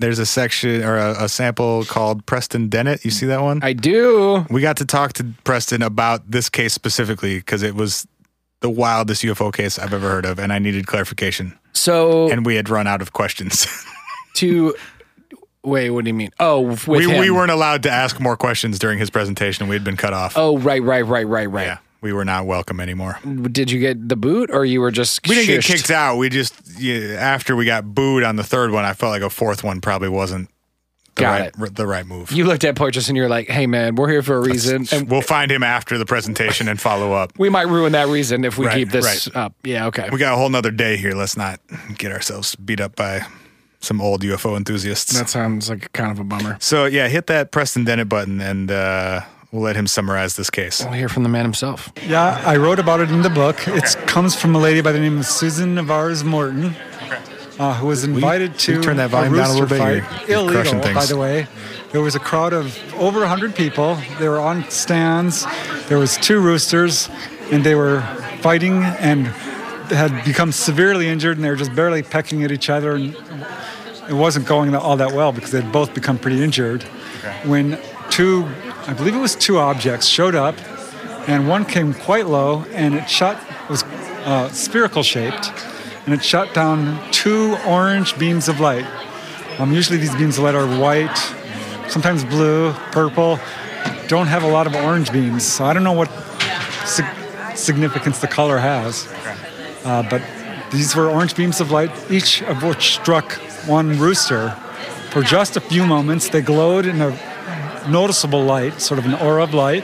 there's a section or a, a sample called Preston Dennett. You see that one?
I do.
we got to talk to Preston about this case specifically because it was the wildest UFO case I've ever heard of, and I needed clarification.
So
And we had run out of questions.
to wait, what do you mean? Oh, with
we,
him.
we weren't allowed to ask more questions during his presentation. We had been cut off.
Oh, right, right, right, right, right.
Yeah, we were not welcome anymore.
Did you get the boot, or you were just
We didn't
shushed?
get kicked out. We just yeah, after we got booed on the third one, I felt like a fourth one probably wasn't the
Got
right
it.
r- the right move.
You looked at Portis and you're like, "Hey, man, we're here for a reason, and
we'll find him after the presentation and follow up.
we might ruin that reason if we
Right,
keep this up." Yeah, okay.
We got a whole nother day here. Let's not get ourselves beat up by some old UFO enthusiasts.
That sounds like kind of a bummer.
So yeah, hit that Preston Dennett button, and uh, we'll let him summarize this case.
We'll hear from the man himself.
Yeah, I wrote about it in the book. It comes from a lady by the name of Susan Navarez Morton, uh, who was invited
will you
to
turn that volume down a
rooster
little bit?
fight.
You're- you're crushing
Illegal, by
things.
the way. There was a crowd of over 100 people. They were on stands. There was two roosters, and they were fighting and had become severely injured, and they were just barely pecking at each other. And it wasn't going all that well because they'd both become pretty injured. When two, I believe it was two objects, showed up, and one came quite low, and it shot was uh, spherical shaped, and it shot down two orange beams of light. Um, usually these beams of light are white, sometimes blue, purple. Don't have a lot of orange beams, so I don't know what sig- significance the color has. Uh, but these were orange beams of light, each of which struck one rooster. For just a few moments, they glowed in a noticeable light, sort of an aura of light.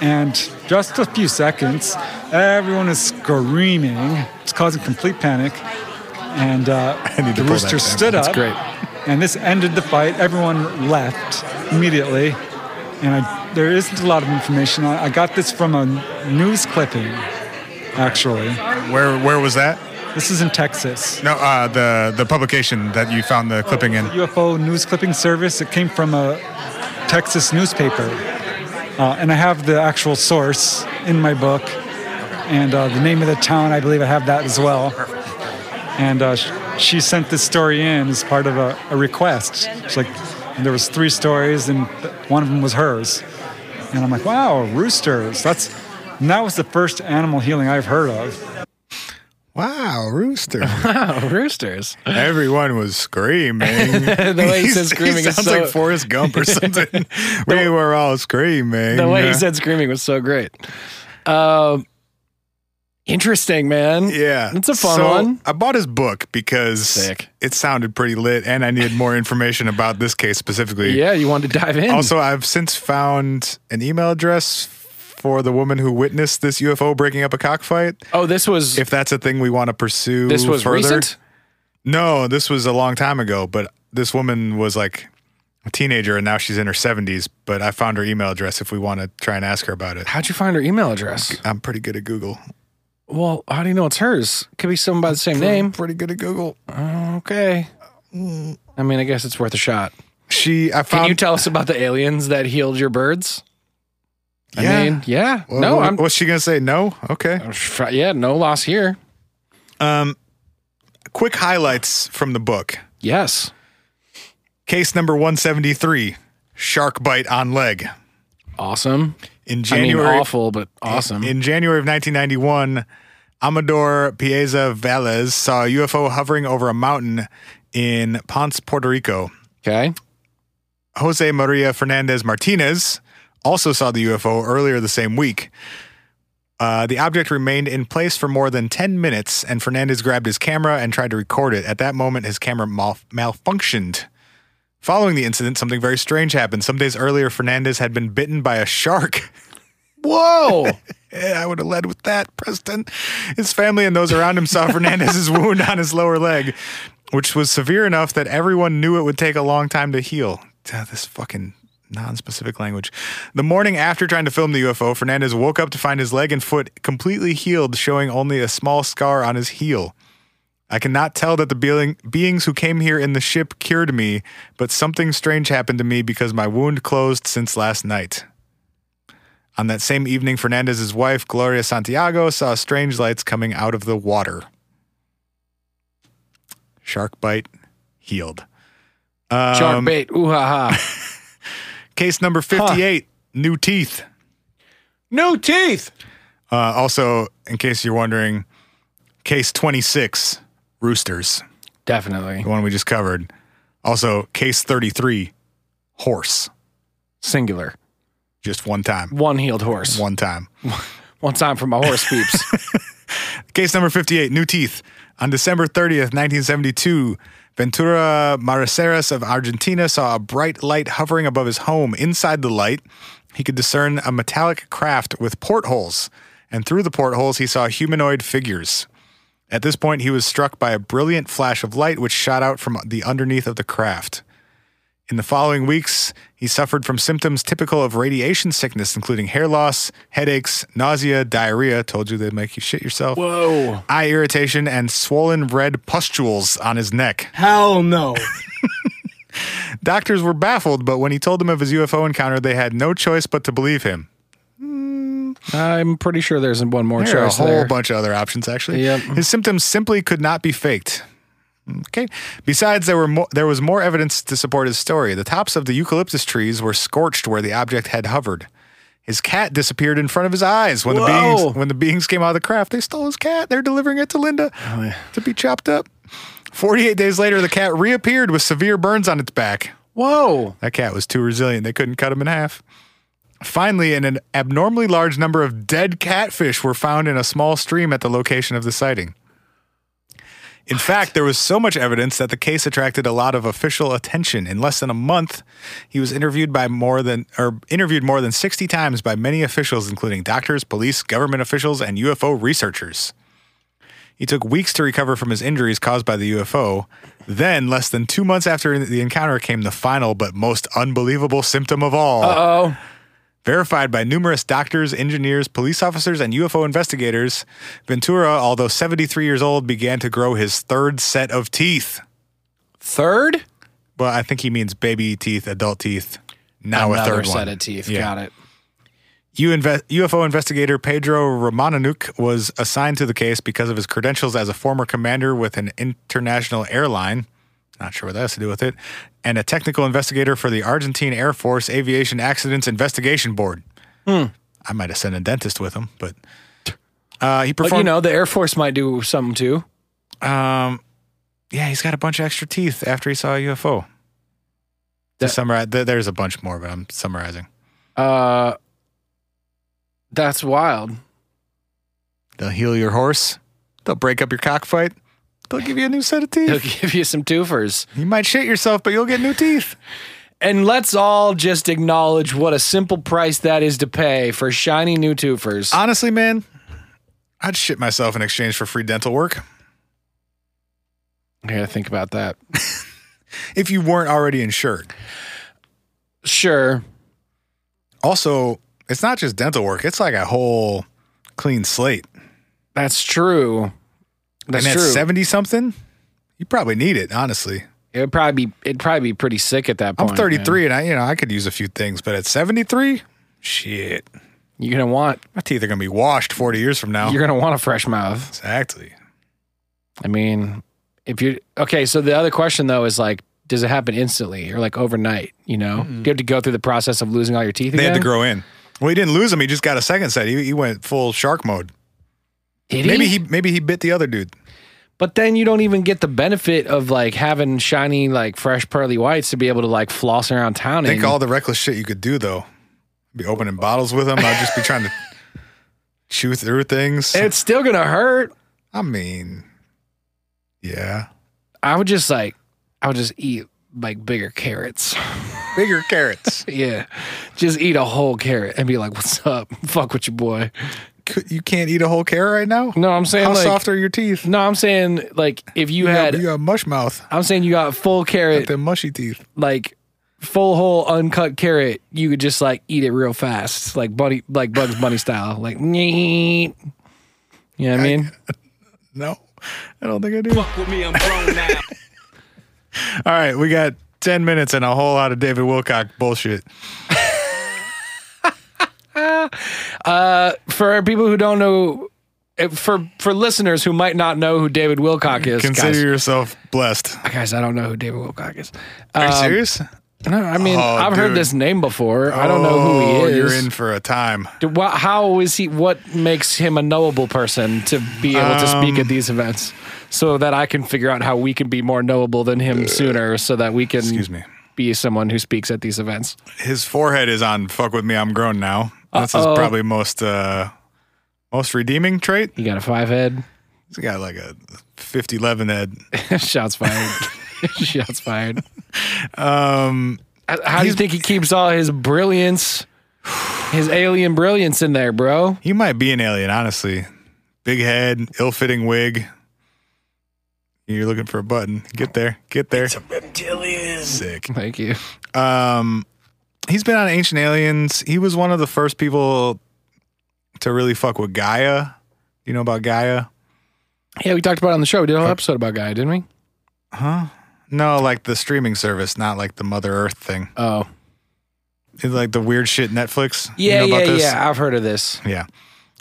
And just a few seconds, everyone is screaming. It's causing complete panic. And uh,
need to
the
pull that
rooster
back.
stood
That's
up.
great.
And this ended the fight. Everyone left immediately. And I, there isn't a lot of information. I, I got this from a news clipping, actually.
Where where was that?
This is in Texas.
No, uh, the the publication that you found the clipping in.
UFO news clipping service. It came from a Texas newspaper. Uh, and I have the actual source in my book. And uh, the name of the town, I believe I have that as well. And uh, sh- she sent this story in as part of a, a request. She's like, and there was three stories, and th- one of them was hers. And I'm like, wow, roosters. That's, and that was the first animal healing I've heard of.
Wow, rooster!
Wow, roosters.
Everyone was screaming.
The way he said
He's-
screaming is
sounds
so-
like Forrest Gump or something. we were all screaming.
The way he said screaming was so great. Um, interesting, man.
Yeah,
it's a fun
So,
one.
I bought his book because
Sick.
it sounded pretty lit, and I needed more information about this case specifically.
Yeah, you wanted to dive in.
Also, I've since found an email address for the woman who witnessed this UFO breaking up a cockfight.
Oh, this was
if that's a thing we want to pursue.
This was
further.
recent?
No, this was a long time ago. But this woman was like a teenager, and now she's in her seventies. But I found her email address if we want to try and ask her about it.
How'd you find her email address?
I'm pretty good at Google.
Well, how do you know it's hers? Could be someone by the same name.
Pretty good at Google.
Okay.
Mm.
I mean, I guess it's worth a shot.
She, I
Can
found.
you tell us about the aliens that healed your birds? I
Yeah.
mean, yeah.
Well,
no,
what-
I'm.
what's she gonna say? No. Okay.
Yeah, no loss here.
Um, quick highlights from the book.
Yes.
Case number 173 Shark Bite on Leg.
Awesome.
In
I mean,
January,
awful, but awesome.
In January of 1991, Amador Pieza Velez saw a UFO hovering over a mountain in Ponce, Puerto Rico.
Okay.
Jose Maria Fernandez Martinez also saw the UFO earlier the same week. Uh, the object remained in place for more than 10 minutes, and Fernandez grabbed his camera and tried to record it. At that moment, his camera mal- malfunctioned. Following the incident, something very strange happened. Some days earlier, Fernandez had been bitten by a shark.
Whoa.
Eh, I would have led with that, Preston. His family and those around him saw Fernandez's wound on his lower leg, which was severe enough that everyone knew it would take a long time to heal. Ah, This fucking non-specific language. The morning after trying to film the UFO, Fernandez woke up to find his leg and foot completely healed, showing only a small scar on his heel. I cannot tell that the being, beings who came here in the ship cured me, but something strange happened to me because my wound closed since last night. On that same evening, Fernandez's wife, Gloria Santiago, saw strange lights coming out of the water. Shark bite healed. Um,
Shark bait. Ooh ha ha.
Case number 58, new teeth.
no teeth.
Uh, also, in case you're wondering, case 26, roosters,
Definitely.
the one we just covered. Also, case 33, horse,
Singular.
just one time.
One healed horse.
One
One,
time.
time for my horse peeps.
Case number 58, new teeth. On December 30th, 1972, Ventura Maraceras of Argentina saw a bright light hovering above his home. Inside the light, he could discern a metallic craft with portholes, and through the portholes, he saw humanoid figures. At this point, he was struck by a brilliant flash of light which shot out from the underneath of the craft. In the following weeks, he suffered from symptoms typical of radiation sickness, including hair loss, headaches, nausea, diarrhea. Told you they'd make you shit yourself
Whoa.
eye irritation, and swollen red pustules on his neck.
Hell no.
Doctors were baffled, but when he told them of his UFO encounter, they had no choice but to believe him.
I'm pretty sure there's one more
There are a
choice
whole
there.
bunch of other options, actually.
Yep.
His symptoms simply could not be faked. Okay. Besides, there were mo- there was more evidence to support his story. The tops of the eucalyptus trees were scorched where the object had hovered. His cat disappeared in front of his eyes when the
Whoa.
beings when the beings came out of the craft. They stole his cat. They're delivering it to Linda
Oh,
to be chopped up. Forty-eight days later, the cat reappeared with severe burns on its back.
Whoa.
That cat was too resilient. They couldn't cut him in half. Finally, an an abnormally large number of dead catfish were found in a small stream at the location of the sighting. In fact, there was so much evidence that the case attracted a lot of official attention. In less than a month, he was interviewed by more than or interviewed more than 60 times by many officials including doctors, police, government officials, and UFO researchers. He took weeks to recover from his injuries caused by the UFO. Then, less than 2 months after the encounter came the final but most unbelievable symptom of all
Uh oh.
verified by numerous doctors, engineers, police officers, and UFO investigators, Ventura, although 73 years old, began to grow his third set of teeth.
Third?
Well, I think he means baby teeth, adult teeth. Now
Another
a third
set
one.
of teeth.
Yeah.
Got it.
U- inve- UFO investigator Pedro Romanenuk was assigned to the case because of his credentials as a former commander with an international airline. Not sure what that has to do with it. And a technical investigator for the Argentine Air Force Aviation Accidents Investigation Board. I might have sent a dentist with him, but uh, he
But you
performed.
know, the Air Force might do something too.
um, yeah, he's got a bunch of extra teeth after he saw a UFO. To
That-
summarize, th- there's a bunch more, but I'm summarizing.
Uh, that's wild.
They'll heal your horse. They'll break up your cockfight. They'll give you a new set of teeth.
They'll give you some twofers.
You might shit yourself, but you'll get new teeth.
And let's all just acknowledge what a simple price that is to pay for shiny new twofers.
Honestly, man, I'd shit myself in exchange for free dental work.
I gotta think about that.
if you weren't already insured.
Sure.
Also, it's not just dental work, it's like a whole clean slate.
That's true. That's
and at
true.
70 something, you probably need it, honestly.
It would probably be it'd probably be pretty sick at that
I'm
point. man.
33 and I, you know, I could use a few things, but at 73, shit.
You're gonna want
My teeth are going to be washed 40 years from now.
you're gonna want a fresh mouth.
exactly.
I mean, if you okay, so the other question though is like, does it happen instantly or like overnight? You know, do you have to go through the process of losing all your teeth?
They
again?
had to grow in. Well, he didn't lose them. He just got a second set. He, he went full shark mode.
Did
Maybe he maybe he bit the other dude.
But then you don't even get the benefit of like having shiny, like fresh, pearly whites to be able to like floss around town.
Think
in.
all the reckless shit you could do though. Be opening bottles with them. I'd just be trying to chew through things.
it's still gonna hurt.
I mean, yeah,
I would just like, I would just eat like bigger carrots.
bigger carrots.
yeah, just eat a whole carrot and be like, "What's up? Fuck with your boy."
Could- you can't eat a whole carrot right now.
No, I'm saying
How
like,
soft are your teeth?
no, I'm saying like if you,
got-
had,
you got mush mouth.
I'm saying you got full carrot
Got them mushy teeth.
like full whole uncut carrot, you could just like eat it real fast, like bunny, like Bugs Bunny style, like. "Nyeh." You know what I mean?
No, I don't think I do. All
With me, I'm grown now.
right, we got ten minutes and a whole lot of David Wilcock bullshit.
For people who don't know, eh, for for listeners who might not know who David Wilcock is,
Consider
guys,
yourself blessed.
guys, I don't know who David Wilcock is.
Are you
Um,
serious?
No, I mean,
Oh,
I've heard
dude.
this name before. I don't know who
Oh,
he
You're
is.
in for a time.
Do- wha- how is he? What makes him a knowable person to be able to speak
Um,
at these events, so that I can figure out how we can be more knowable than him sooner, so that we can
Uh, Excuse me.
be someone who speaks at these events.
his forehead is on fuck with me i'm grown now that's his
Uh-oh.
probably most uh most redeeming trait
You got a five head.
he's got like a 50 11 head
Shots fired. Shots fired.
um
How how do you
He's-
think he keeps all his brilliance, his alien brilliance in there, bro?
he might be an alien honestly big head ill-fitting wig you're looking for a button get there get there it's a reptilian sick
Thank you.
um he's been on ancient aliens he was one of the first people to really fuck with gaia you know about gaia
Yeah, we talked about it on the show. We did a
Oh.
whole episode about Guy, didn't we?
no like the streaming service not like the mother earth thing
Oh,
It's like the weird shit Netflix.
yeah,
you know
yeah,
about this?
yeah. I've heard of this.
yeah.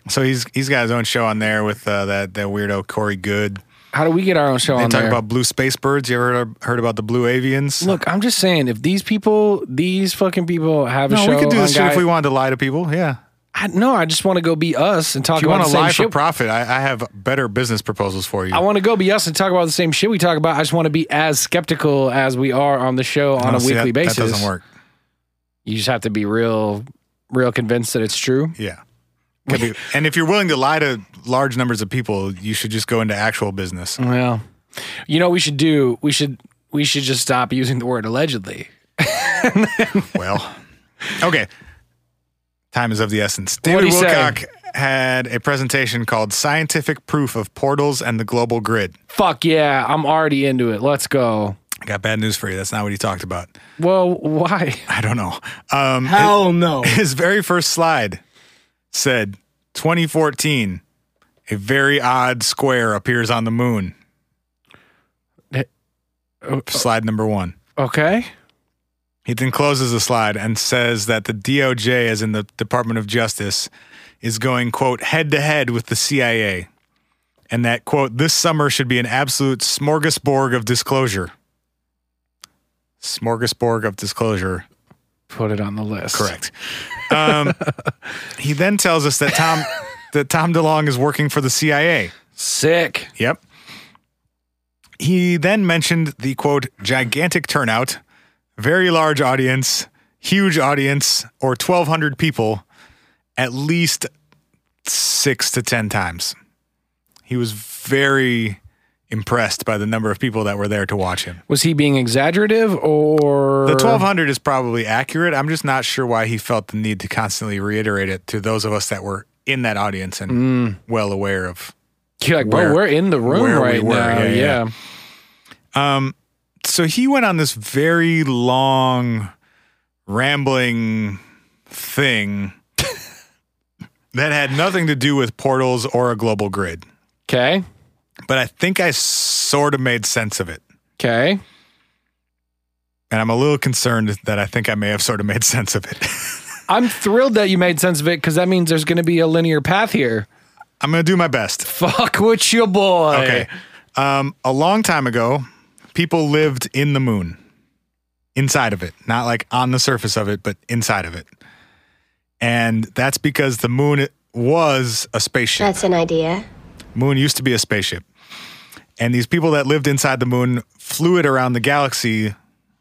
So he's he's got his own show on there with uh, that that weirdo Corey Good.
How do we get our own show
They
on
talk
there?
about blue space birds. You ever heard, heard about the blue avians?
Look, I'm just saying, if these people, these fucking people, have a
no, we
show,
could do
on
this shit
Guy-
if we wanted to lie to people. Yeah.
I, no, I just want to go be us and talk
If you
about
want to
the same
lie
shit.
for profit, I, I have better business proposals for you.
I want to go be us and talk about the same shit we talk about. I just want to be as skeptical as we are on the show on
No,
a
see,
weekly
that,
basis.
That doesn't work.
You just have to be real, real convinced that it's true.
Yeah. Could be- and if you're willing to lie to large numbers of people, you should just go into actual business.
Well, you know, what we should do. We should. We should just stop using the word allegedly.
Well, okay. Time is of the essence.
What'd
David
he say?
Wilcock had a presentation called Scientific Proof of Portals and the Global Grid.
Fuck yeah, I'm already into it. Let's go.
I got bad news for you. That's not what he talked about.
Well, why?
I don't know. Um,
Hell no.
his, his very first slide said 2014, a very odd square appears on the moon.
Eh, oh,
Slide number one.
Okay.
He then closes the slide and says that the DOJ, as in the Department of Justice, is going, quote, head to head with the CIA. And that, quote, this summer should be an absolute smorgasbord of disclosure. Smorgasbord of disclosure.
Put it on the list.
Correct. Um, he then tells us that Tom that Tom DeLong is working for the CIA.
Sick.
Yep. He then mentioned the quote, gigantic turnout, very large audience, huge audience, or 1,200 people at least six to 10 times. He was very impressed by the number of people that were there to watch him.
Was he being exaggerative or
The 1200 is probably accurate. I'm just not sure why he felt the need to constantly reiterate it to those of us that were in that audience and
Mm.
well aware of.
You're like, bro, we're in the room
where we
right
were.
now. Yeah.
yeah. Um, so he went on this very long, rambling thing that had nothing to do with portals or a global grid.
Okay.
But I think I sort of made sense of it.
Okay.
And I'm a little concerned that I think I may have sort of made sense of it.
I'm thrilled that you made sense of it because that means there's going to be a linear path here.
I'm going to do my best.
Fuck with your boy.
Okay. Um, a long time ago, people lived in the moon, inside of it, not like on the surface of it, but inside of it. And that's because the moon was a spaceship.
That's an idea.
Moon used to be a spaceship. And these people that lived inside the moon flew it around the galaxy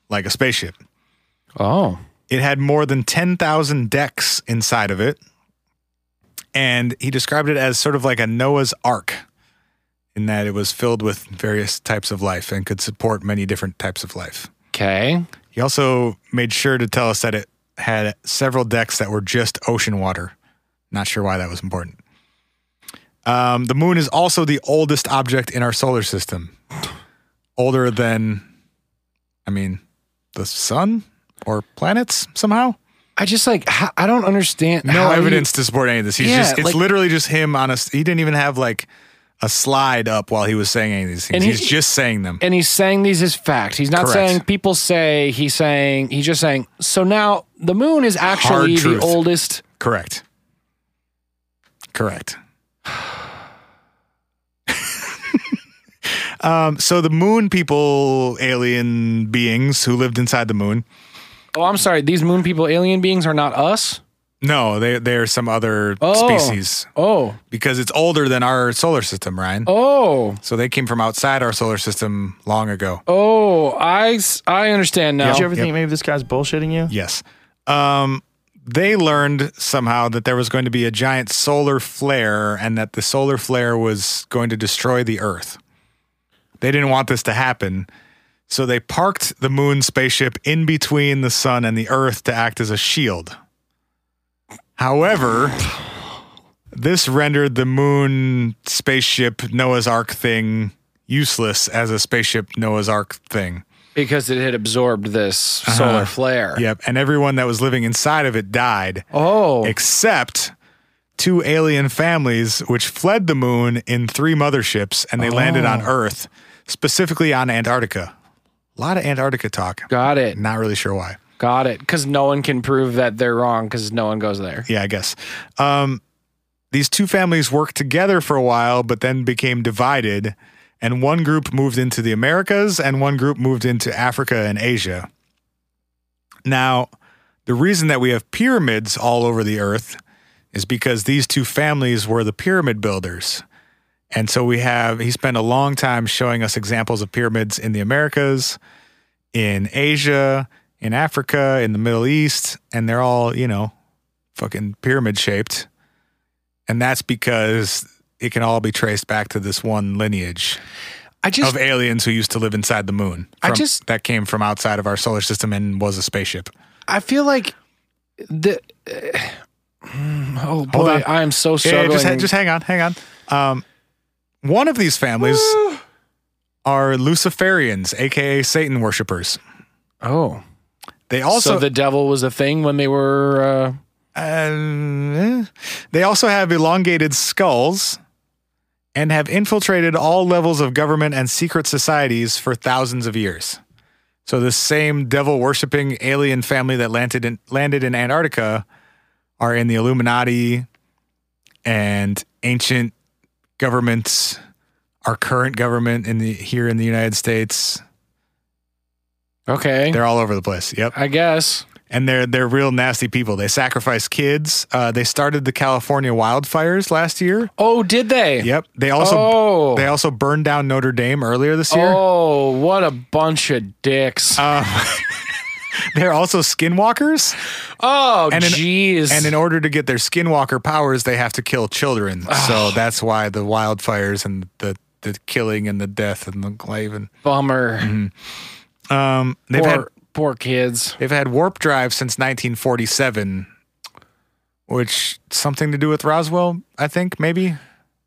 like a spaceship.
Oh.
It had more than 10,000 decks inside of it. And he described it as sort of like a Noah's Ark in that it was filled with various types of life and could support many different types of life.
Okay.
He also made sure to tell us that it had several decks that were just ocean water. Not sure why that was important. Um, the moon is also the oldest object in our solar system, older than, I mean, the sun or planets somehow.
I just like h- I don't understand.
No
how you-
evidence to support any of this. He's
Yeah,
just it's
like-
literally just him on a. s- He didn't even have like a slide up while he was saying any of these things.
And he-
He's just saying them.
and he's saying these as fact. He's not
Correct.
saying people say. He's saying he's just saying. So now the moon is actually the
truth.
oldest.
Correct. Correct. um, so the moon people, alien beings who lived inside the moon.
Oh, I'm sorry. These moon people, alien beings, are not us.
No, they they are some other
Oh.
species
Oh,
because it's older than our solar system, Ryan.
oh,
So they came from outside our solar system long ago.
oh! I s- I understand now.
Did you ever think Yep.
maybe this guy's bullshitting you?
Yes. Um, they learned somehow that there was going to be a giant solar flare and that the solar flare was going to destroy the Earth. They didn't want this to happen. So they parked the moon spaceship in between the sun and the Earth to act as a shield. However, this rendered the moon spaceship Noah's Ark thing useless as a spaceship Noah's Ark thing.
because it had absorbed this solar
Uh-huh.
flare.
Yep. And everyone that was living inside of it died.
Oh.
Except two alien families, which fled the moon in three motherships and they landed on Earth, specifically on Antarctica. A lot of Antarctica talk.
Got it.
Not really sure why.
Got it. Because no one can prove that they're wrong because no one goes there.
Yeah, I guess. Um, these two families worked together for a while, but then became divided. And one group moved into the Americas and one group moved into Africa and Asia. Now, the reason that we have pyramids all over the earth is because these two families were the pyramid builders. And so we have, he spent a long time showing us examples of pyramids in the Americas, in Asia, in Africa, in the Middle East, and they're all, you know, fucking pyramid shaped. And that's because it can all be traced back to this one lineage
I just-
of aliens who used to live inside the moon.
I
from-
just-
that came from outside of our solar system and was a spaceship.
I feel like the. oh boy,
on.
I am so
Yeah,
struggling.
just, ha- just hang on, hang on. Um, one of these families are Luciferians, aka Satan worshippers.
Oh,
They also
so the devil was a thing when they were.
Uh, they also have elongated skulls and have infiltrated all levels of government and secret societies for thousands of years. So the same devil worshipping alien family that landed in, landed in Antarctica are in the Illuminati and ancient governments, our current government in the here in the United States.
Uh, okay,
They're all over the place. Yep.
I guess.
and they're they're real nasty people. They sacrifice kids. Uh, they started the California wildfires last year.
Oh, did they?
Yep. They also
Oh.
they also burned down Notre Dame earlier this year.
Oh, what a bunch of dicks!
Uh, They're also skinwalkers.
oh,
in-
jeez.
and in order to get
Ah.
their skinwalker powers, they have to kill children. So that's why the wildfires and the the killing and the death and the claving.
Bummer.
Um, Mm-hmm. they've
poor,
had
poor kids.
they've had warp drive since 1947, which something to do with Roswell, I think maybe.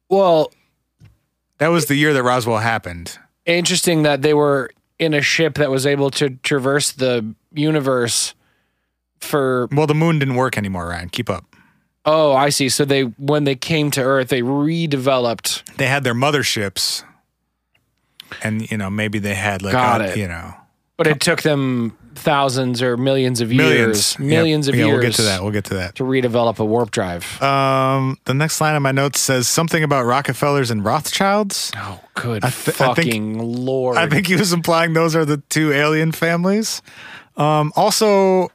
Well,
that was the year that Roswell happened.
Interesting that they were in a ship that was able to traverse the universe for.
Well, the moon didn't work anymore, Ryan. Keep up.
Oh, I see. So they when they came to Earth, they redeveloped.
They had their motherships, and you know maybe they had like
Got
uh,
it.
you know
But it took them thousands or millions of
millions
years, millions
Yep.
of
yeah,
years.
We'll get to that. We'll get to that.
To redevelop a warp drive.
Um, the next line in my notes says something about Rockefellers and Rothschilds.
Oh, good
I thi- I think-
fucking lord!
I think he was implying those are the two alien families. Um, also,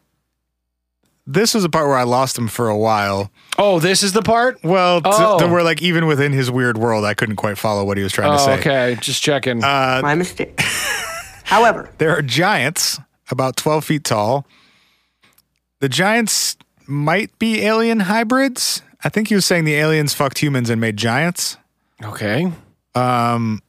this was a part where I lost him for a while.
Oh, this is the part.
Well, to,
Oh.
to where like even within his weird world, I couldn't quite follow what he was trying to
Oh,
say.
okay. Just checking.
Uh,
My mistake. However,
There are giants about 12 feet tall. The giants might be alien hybrids. I think he was saying the aliens fucked humans and made giants.
okay.
Um,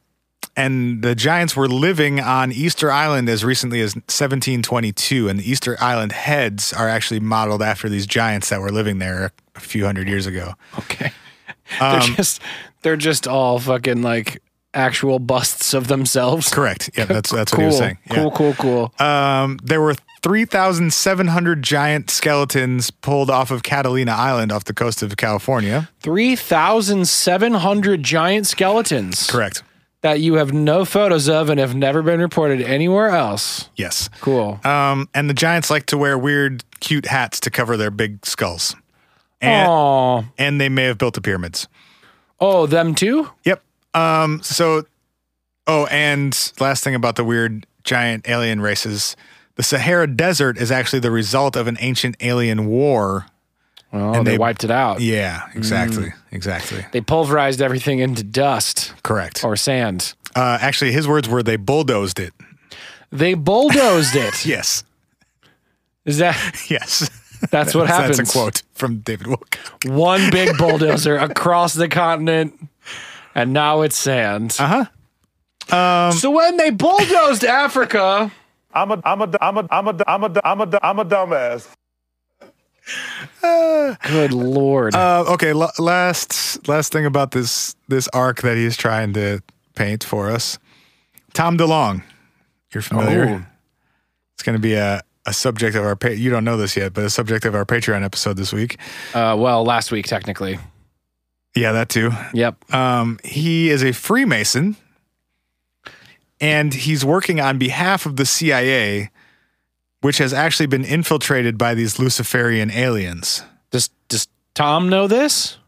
and the giants were living on Easter Island as recently as 1722, and the Easter Island heads are actually modeled after these giants that were living there a few hundred years ago.
Okay.
Um,
they're just they're just all fucking like actual busts of themselves.
Correct. Yeah, that's that's what he was
Cool.
saying. Yeah.
Cool, cool, cool.
Um, there were 3,700 giant skeletons pulled off of Catalina Island off the coast of California.
3,700 giant skeletons.
Correct.
That you have no photos of and have never been reported anywhere else.
Yes.
Cool.
Um, and the giants like to wear weird, cute hats to cover their big skulls. And,
Oh,
and they may have built the pyramids.
oh, them too?
Yep. Um, so, oh, and last thing about the weird giant alien races the Sahara Desert is actually the result of an ancient alien war.
Well,
And
they,
they-
wiped it out.
Yeah, exactly. Exactly.
They pulverized everything into dust
Correct.
or sand.
Uh, actually, his words were they bulldozed it.
They bulldozed it.
Yes.
Is that
Yes.
that's what happens?
That's a quote from David Wilk.
One big bulldozer across the continent, and now it's sand.
Uh huh. Um,
So when they bulldozed Africa,
I'm a, I'm a, I'm a, I'm a, I'm a, I'm a, I'm a dumbass.
good lord,
Uh, okay, la- last last thing about this this arc that he's trying to paint for us. Tom DeLong, you're familiar.
Oh.
It's going to be a, a subject of our pa- you don't know this yet, but a subject of our Patreon episode this week.
Uh, well, last week technically.
Yeah, that too.
Yep.
Um, he is a Freemason, and he's working on behalf of the CIA, which has actually been infiltrated by these Luciferian aliens.
Does does Tom know this?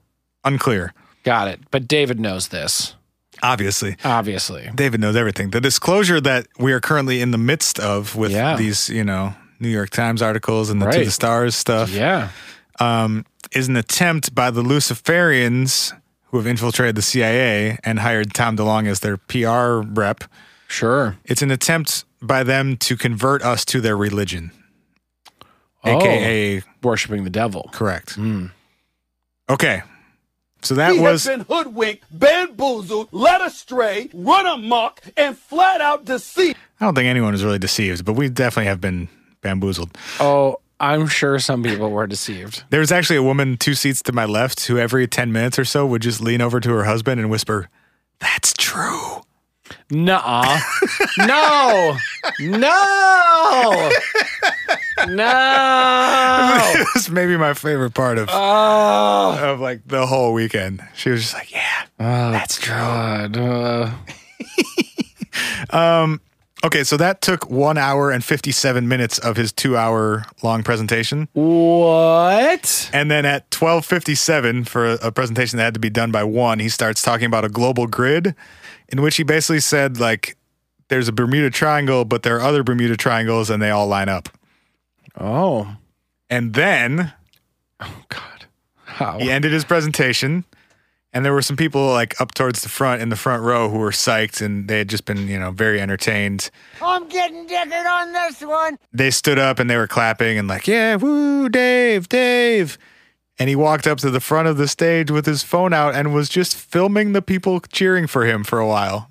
Unclear,
Got it. But David knows this,
obviously.
obviously.
David knows everything. The disclosure that we are currently in the midst of with
Yeah.
these, you know, New York Times articles and the To
Right.
the Stars stuff
Yeah.
um, is an attempt by the Luciferians who have infiltrated the CIA and hired Tom DeLong as their PR rep.
Sure.
It's an attempt by them to convert us to their religion,
Oh.
aka
Worshipping the devil.
correct.
Mm.
Okay, so that
we
was
have been hoodwinked, bamboozled, led astray, run amok, and flat out deceived.
I don't think anyone was really deceived, but we definitely have been bamboozled.
Oh, I'm sure some people were deceived.
There was actually a woman two seats to my left who every 10 minutes or so would just lean over to her husband and whisper, That's true.
Nuh-uh. no. No. No.
This may be my favorite part of,
Oh.
of like the whole weekend. She was just like, Yeah.
That's Uh, true.
Okay, so that took one hour and 57 minutes of his two hour long presentation.
what?
And then at 12:57 for a, a presentation that had to be done by 1, he starts talking about a global grid in which he basically said like there's a Bermuda Triangle, but there are other Bermuda Triangles and they all line up.
Oh.
And then
God. How?
He ended his presentation, and there were some people like up towards the front in the front row who were psyched, and they had just been, you know, very entertained.
I'm getting dicked on this one.
They stood up and they were clapping and like, "Yeah, woo, Dave, Dave!" And he walked up to the front of the stage with his phone out and was just filming the people cheering for him for a while.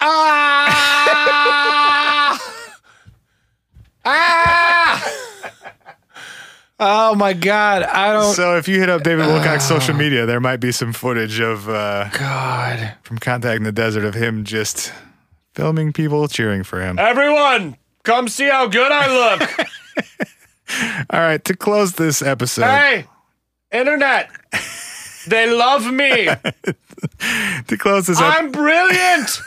Ah!
Ah! Oh my God. I don't.
So if you hit up David Wilcox's social media, there might be some footage of uh,
God
from Contact in the Desert of him just filming people cheering for him.
Everyone, come see how good I look.
All right, to close this episode,
hey, internet, they love me.
to close this episode.
I'm brilliant.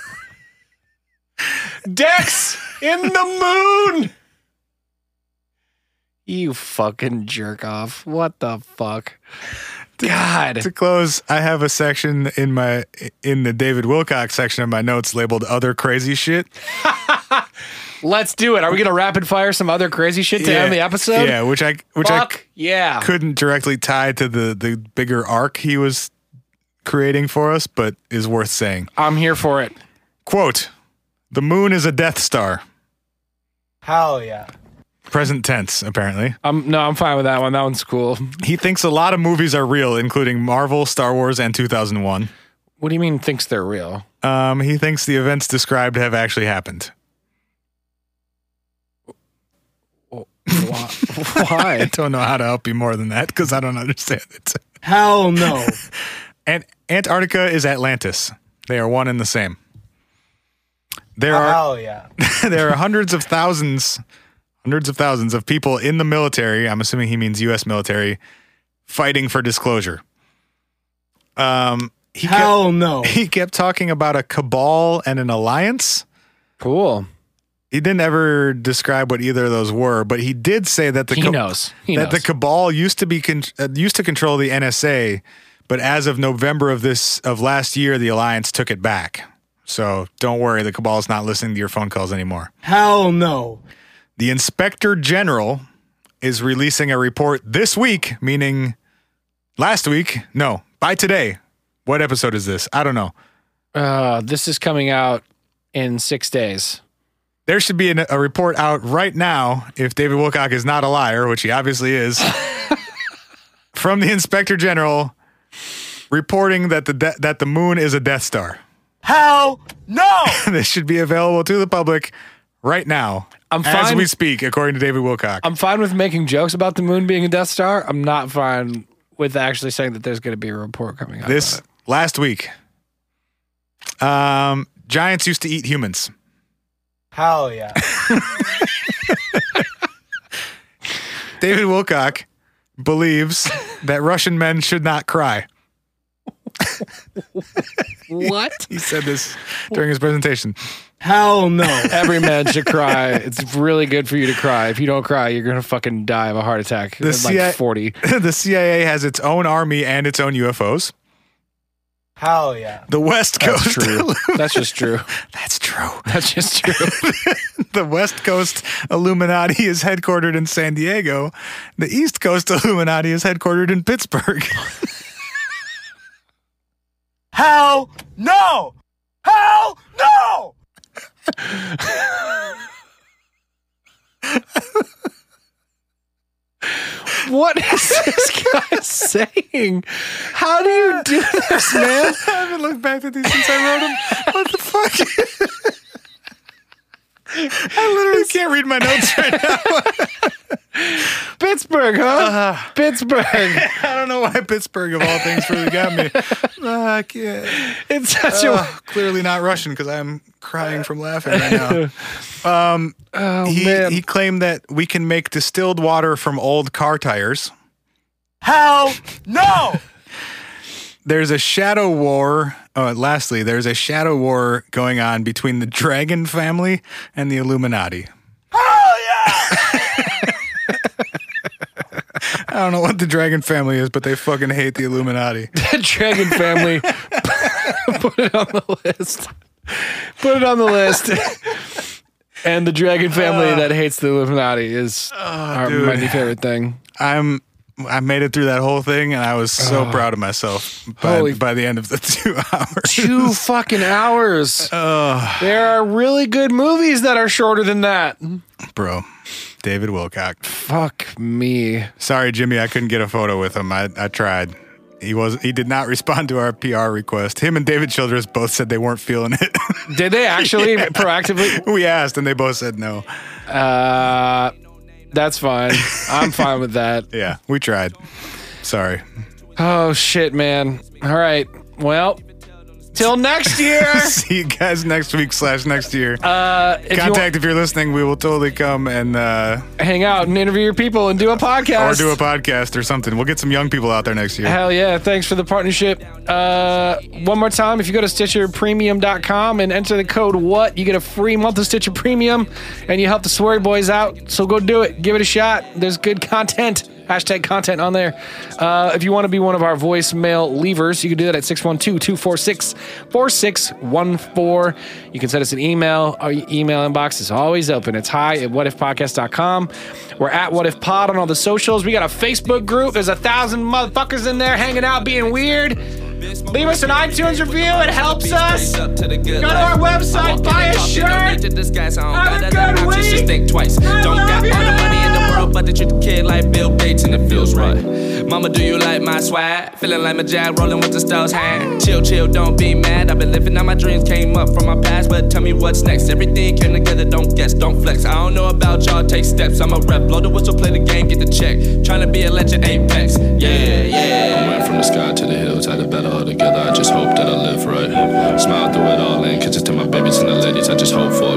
Dex in the moon. You fucking jerk off. What the fuck? God.
to close, I have a section in my in the David Wilcox section of my notes labeled "Other Crazy Shit."
Let's do it. Are we going to rapid fire some other crazy shit to end the episode?
yeah, which I which
Fuck
I
yeah.
couldn't directly tie to the the bigger arc he was creating for us, but is worth saying.
I'm here for it.
Quote: "The moon is a Death Star."
Hell yeah.
Present tense, apparently.
Um, no, I'm fine with that one. That one's cool.
He thinks a lot of movies are real, including Marvel, Star Wars, and 2001.
What do you mean thinks they're real?
Um, he thinks the events described have actually happened.
Why?
I
Why?
don't know how to help you more than that because I don't understand it.
Hell no.
And Antarctica is Atlantis. They are one and the same. There are
Hell yeah.
there are hundreds of thousands, hundreds of thousands of people in the military. I'm assuming he means U.S. military, fighting for disclosure. Um, he
Hell
kept,
no.
He kept talking about a cabal and an alliance.
Cool.
He didn't ever describe what either of those were, but he did say that the
He
ca-
knows. He
that the
knows.
cabal used to be con- uh, used to control the NSA, but as of November of this of last year, the alliance took it back. So don't worry, the cabal is not listening to your phone calls anymore.
Hell no.
The inspector general is releasing a report this week, meaning last week. No, by today. What episode is this? I don't know.
Uh, this is coming out in six days.
There should be an, a report out right now if David Wilcock is not a liar, which he obviously is, from the Inspector General reporting that the de- that the moon is a Death Star.
Hell no.
this should be available to the public right now
I'm
as
fine-
we speak, according to David Wilcock.
I'm fine with making jokes about the moon being a Death Star. I'm not fine with actually saying that there's going to be a report coming out.
this
about
last week, um, giants used to eat humans.
Hell yeah.
David Wilcock believes that Russian men should not cry.
it. what?
He said this during his presentation.
Hell no.
Every man should cry. It's really good for you to cry. If you don't cry, you're going to fucking die of a heart attack
The
at
CIA
like 40.
the CIA has its own army and its own UFOs.
Hell yeah.
The West
That's
Coast.
true. That's just true.
That's true.
That's just true.
The West Coast Illuminati is headquartered in San Diego. The East Coast Illuminati is headquartered in Pittsburgh.
Hell no. Hell no.
What is this guy saying? How do you do this, man?
I haven't looked back at these since I wrote them. What the fuck? I literally can't read my notes right now. Uh,
Pittsburgh, huh? Pittsburgh.
I don't know why Pittsburgh, of all things, really got me. Ah, Fuck yeah.
It's such a.
Oh, clearly not Russian because I'm crying from laughing right now. Um,
Oh,
he,
man.
he claimed that we can make distilled water from old car tires.
Hell no.
There's a shadow war. Oh, lastly, there's a shadow war going on between the dragon family and the Illuminati.
Hell yeah.
I don't know what the dragon family is, but they fucking hate the Illuminati.
the Dragon Family. Put it on the list. Put it on the list. And the Dragon Family that hates the Illuminati is our, my
Uh, dude.
new favorite thing.
I'm I made it through that whole thing, and I was so proud of myself by,
Ah. Holy-
by the end of the two hours.
Two fucking hours. there are really good movies that are shorter than that.
Bro, David Wilcock.
Fuck me.
Sorry, Jimmy, I couldn't get a photo with him. I, I tried. He was he did not respond to our PR request. Him and David Childress both said they weren't feeling it.
Did they actually proactively?
We asked and they both said no.
Uh, that's fine. I'm fine with that.
Yeah, we tried. Sorry.
Oh shit, man. All right. Well, till next year.
See you guys next week slash next year.
Uh, if you
Contact
want-
if you're listening. We will totally come and uh,
hang out and interview your people and do a podcast
or do a podcast or something. We'll get some young people out there next year.
Hell yeah. Thanks for the partnership. Uh, one more time, if you go to StitcherPremium.com and enter the code WHAT, you get a free month of Stitcher Premium and you help the Swery Boys out. So go do it. Give it a shot. There's good content. Hashtag content on there. Uh, if you want to be one of our voicemail leavers, you can do that at 612 246 4614. You can send us an email. Our email inbox is always open. It's hi at whatifpodcast.com. We're at What If Pod on all the socials. We got a Facebook group. There's a thousand motherfuckers in there hanging out, being weird. Leave us an iTunes review. It helps us. Go to our website, buy a shirt.
Have a good week. Just think twice. Don't got all the money in the world, but the treat the kid like Bill Gates and it feels right. Mama, do you like my swag? Feeling like my jag rolling with the stars hang. Chill, chill, don't be mad. I've been living out my dreams, came up from my past, but tell me what's next. Everything came together, don't guess, don't flex. I don't know about y'all, take steps. I'm a rep, blow the whistle, play the game, get the check. Tryna be a legend, apex. Yeah, yeah.
I went from the sky to the hills, had it better all together. I just hope that I live right. Smile through it all and kisses to my babies and the ladies. I just hope for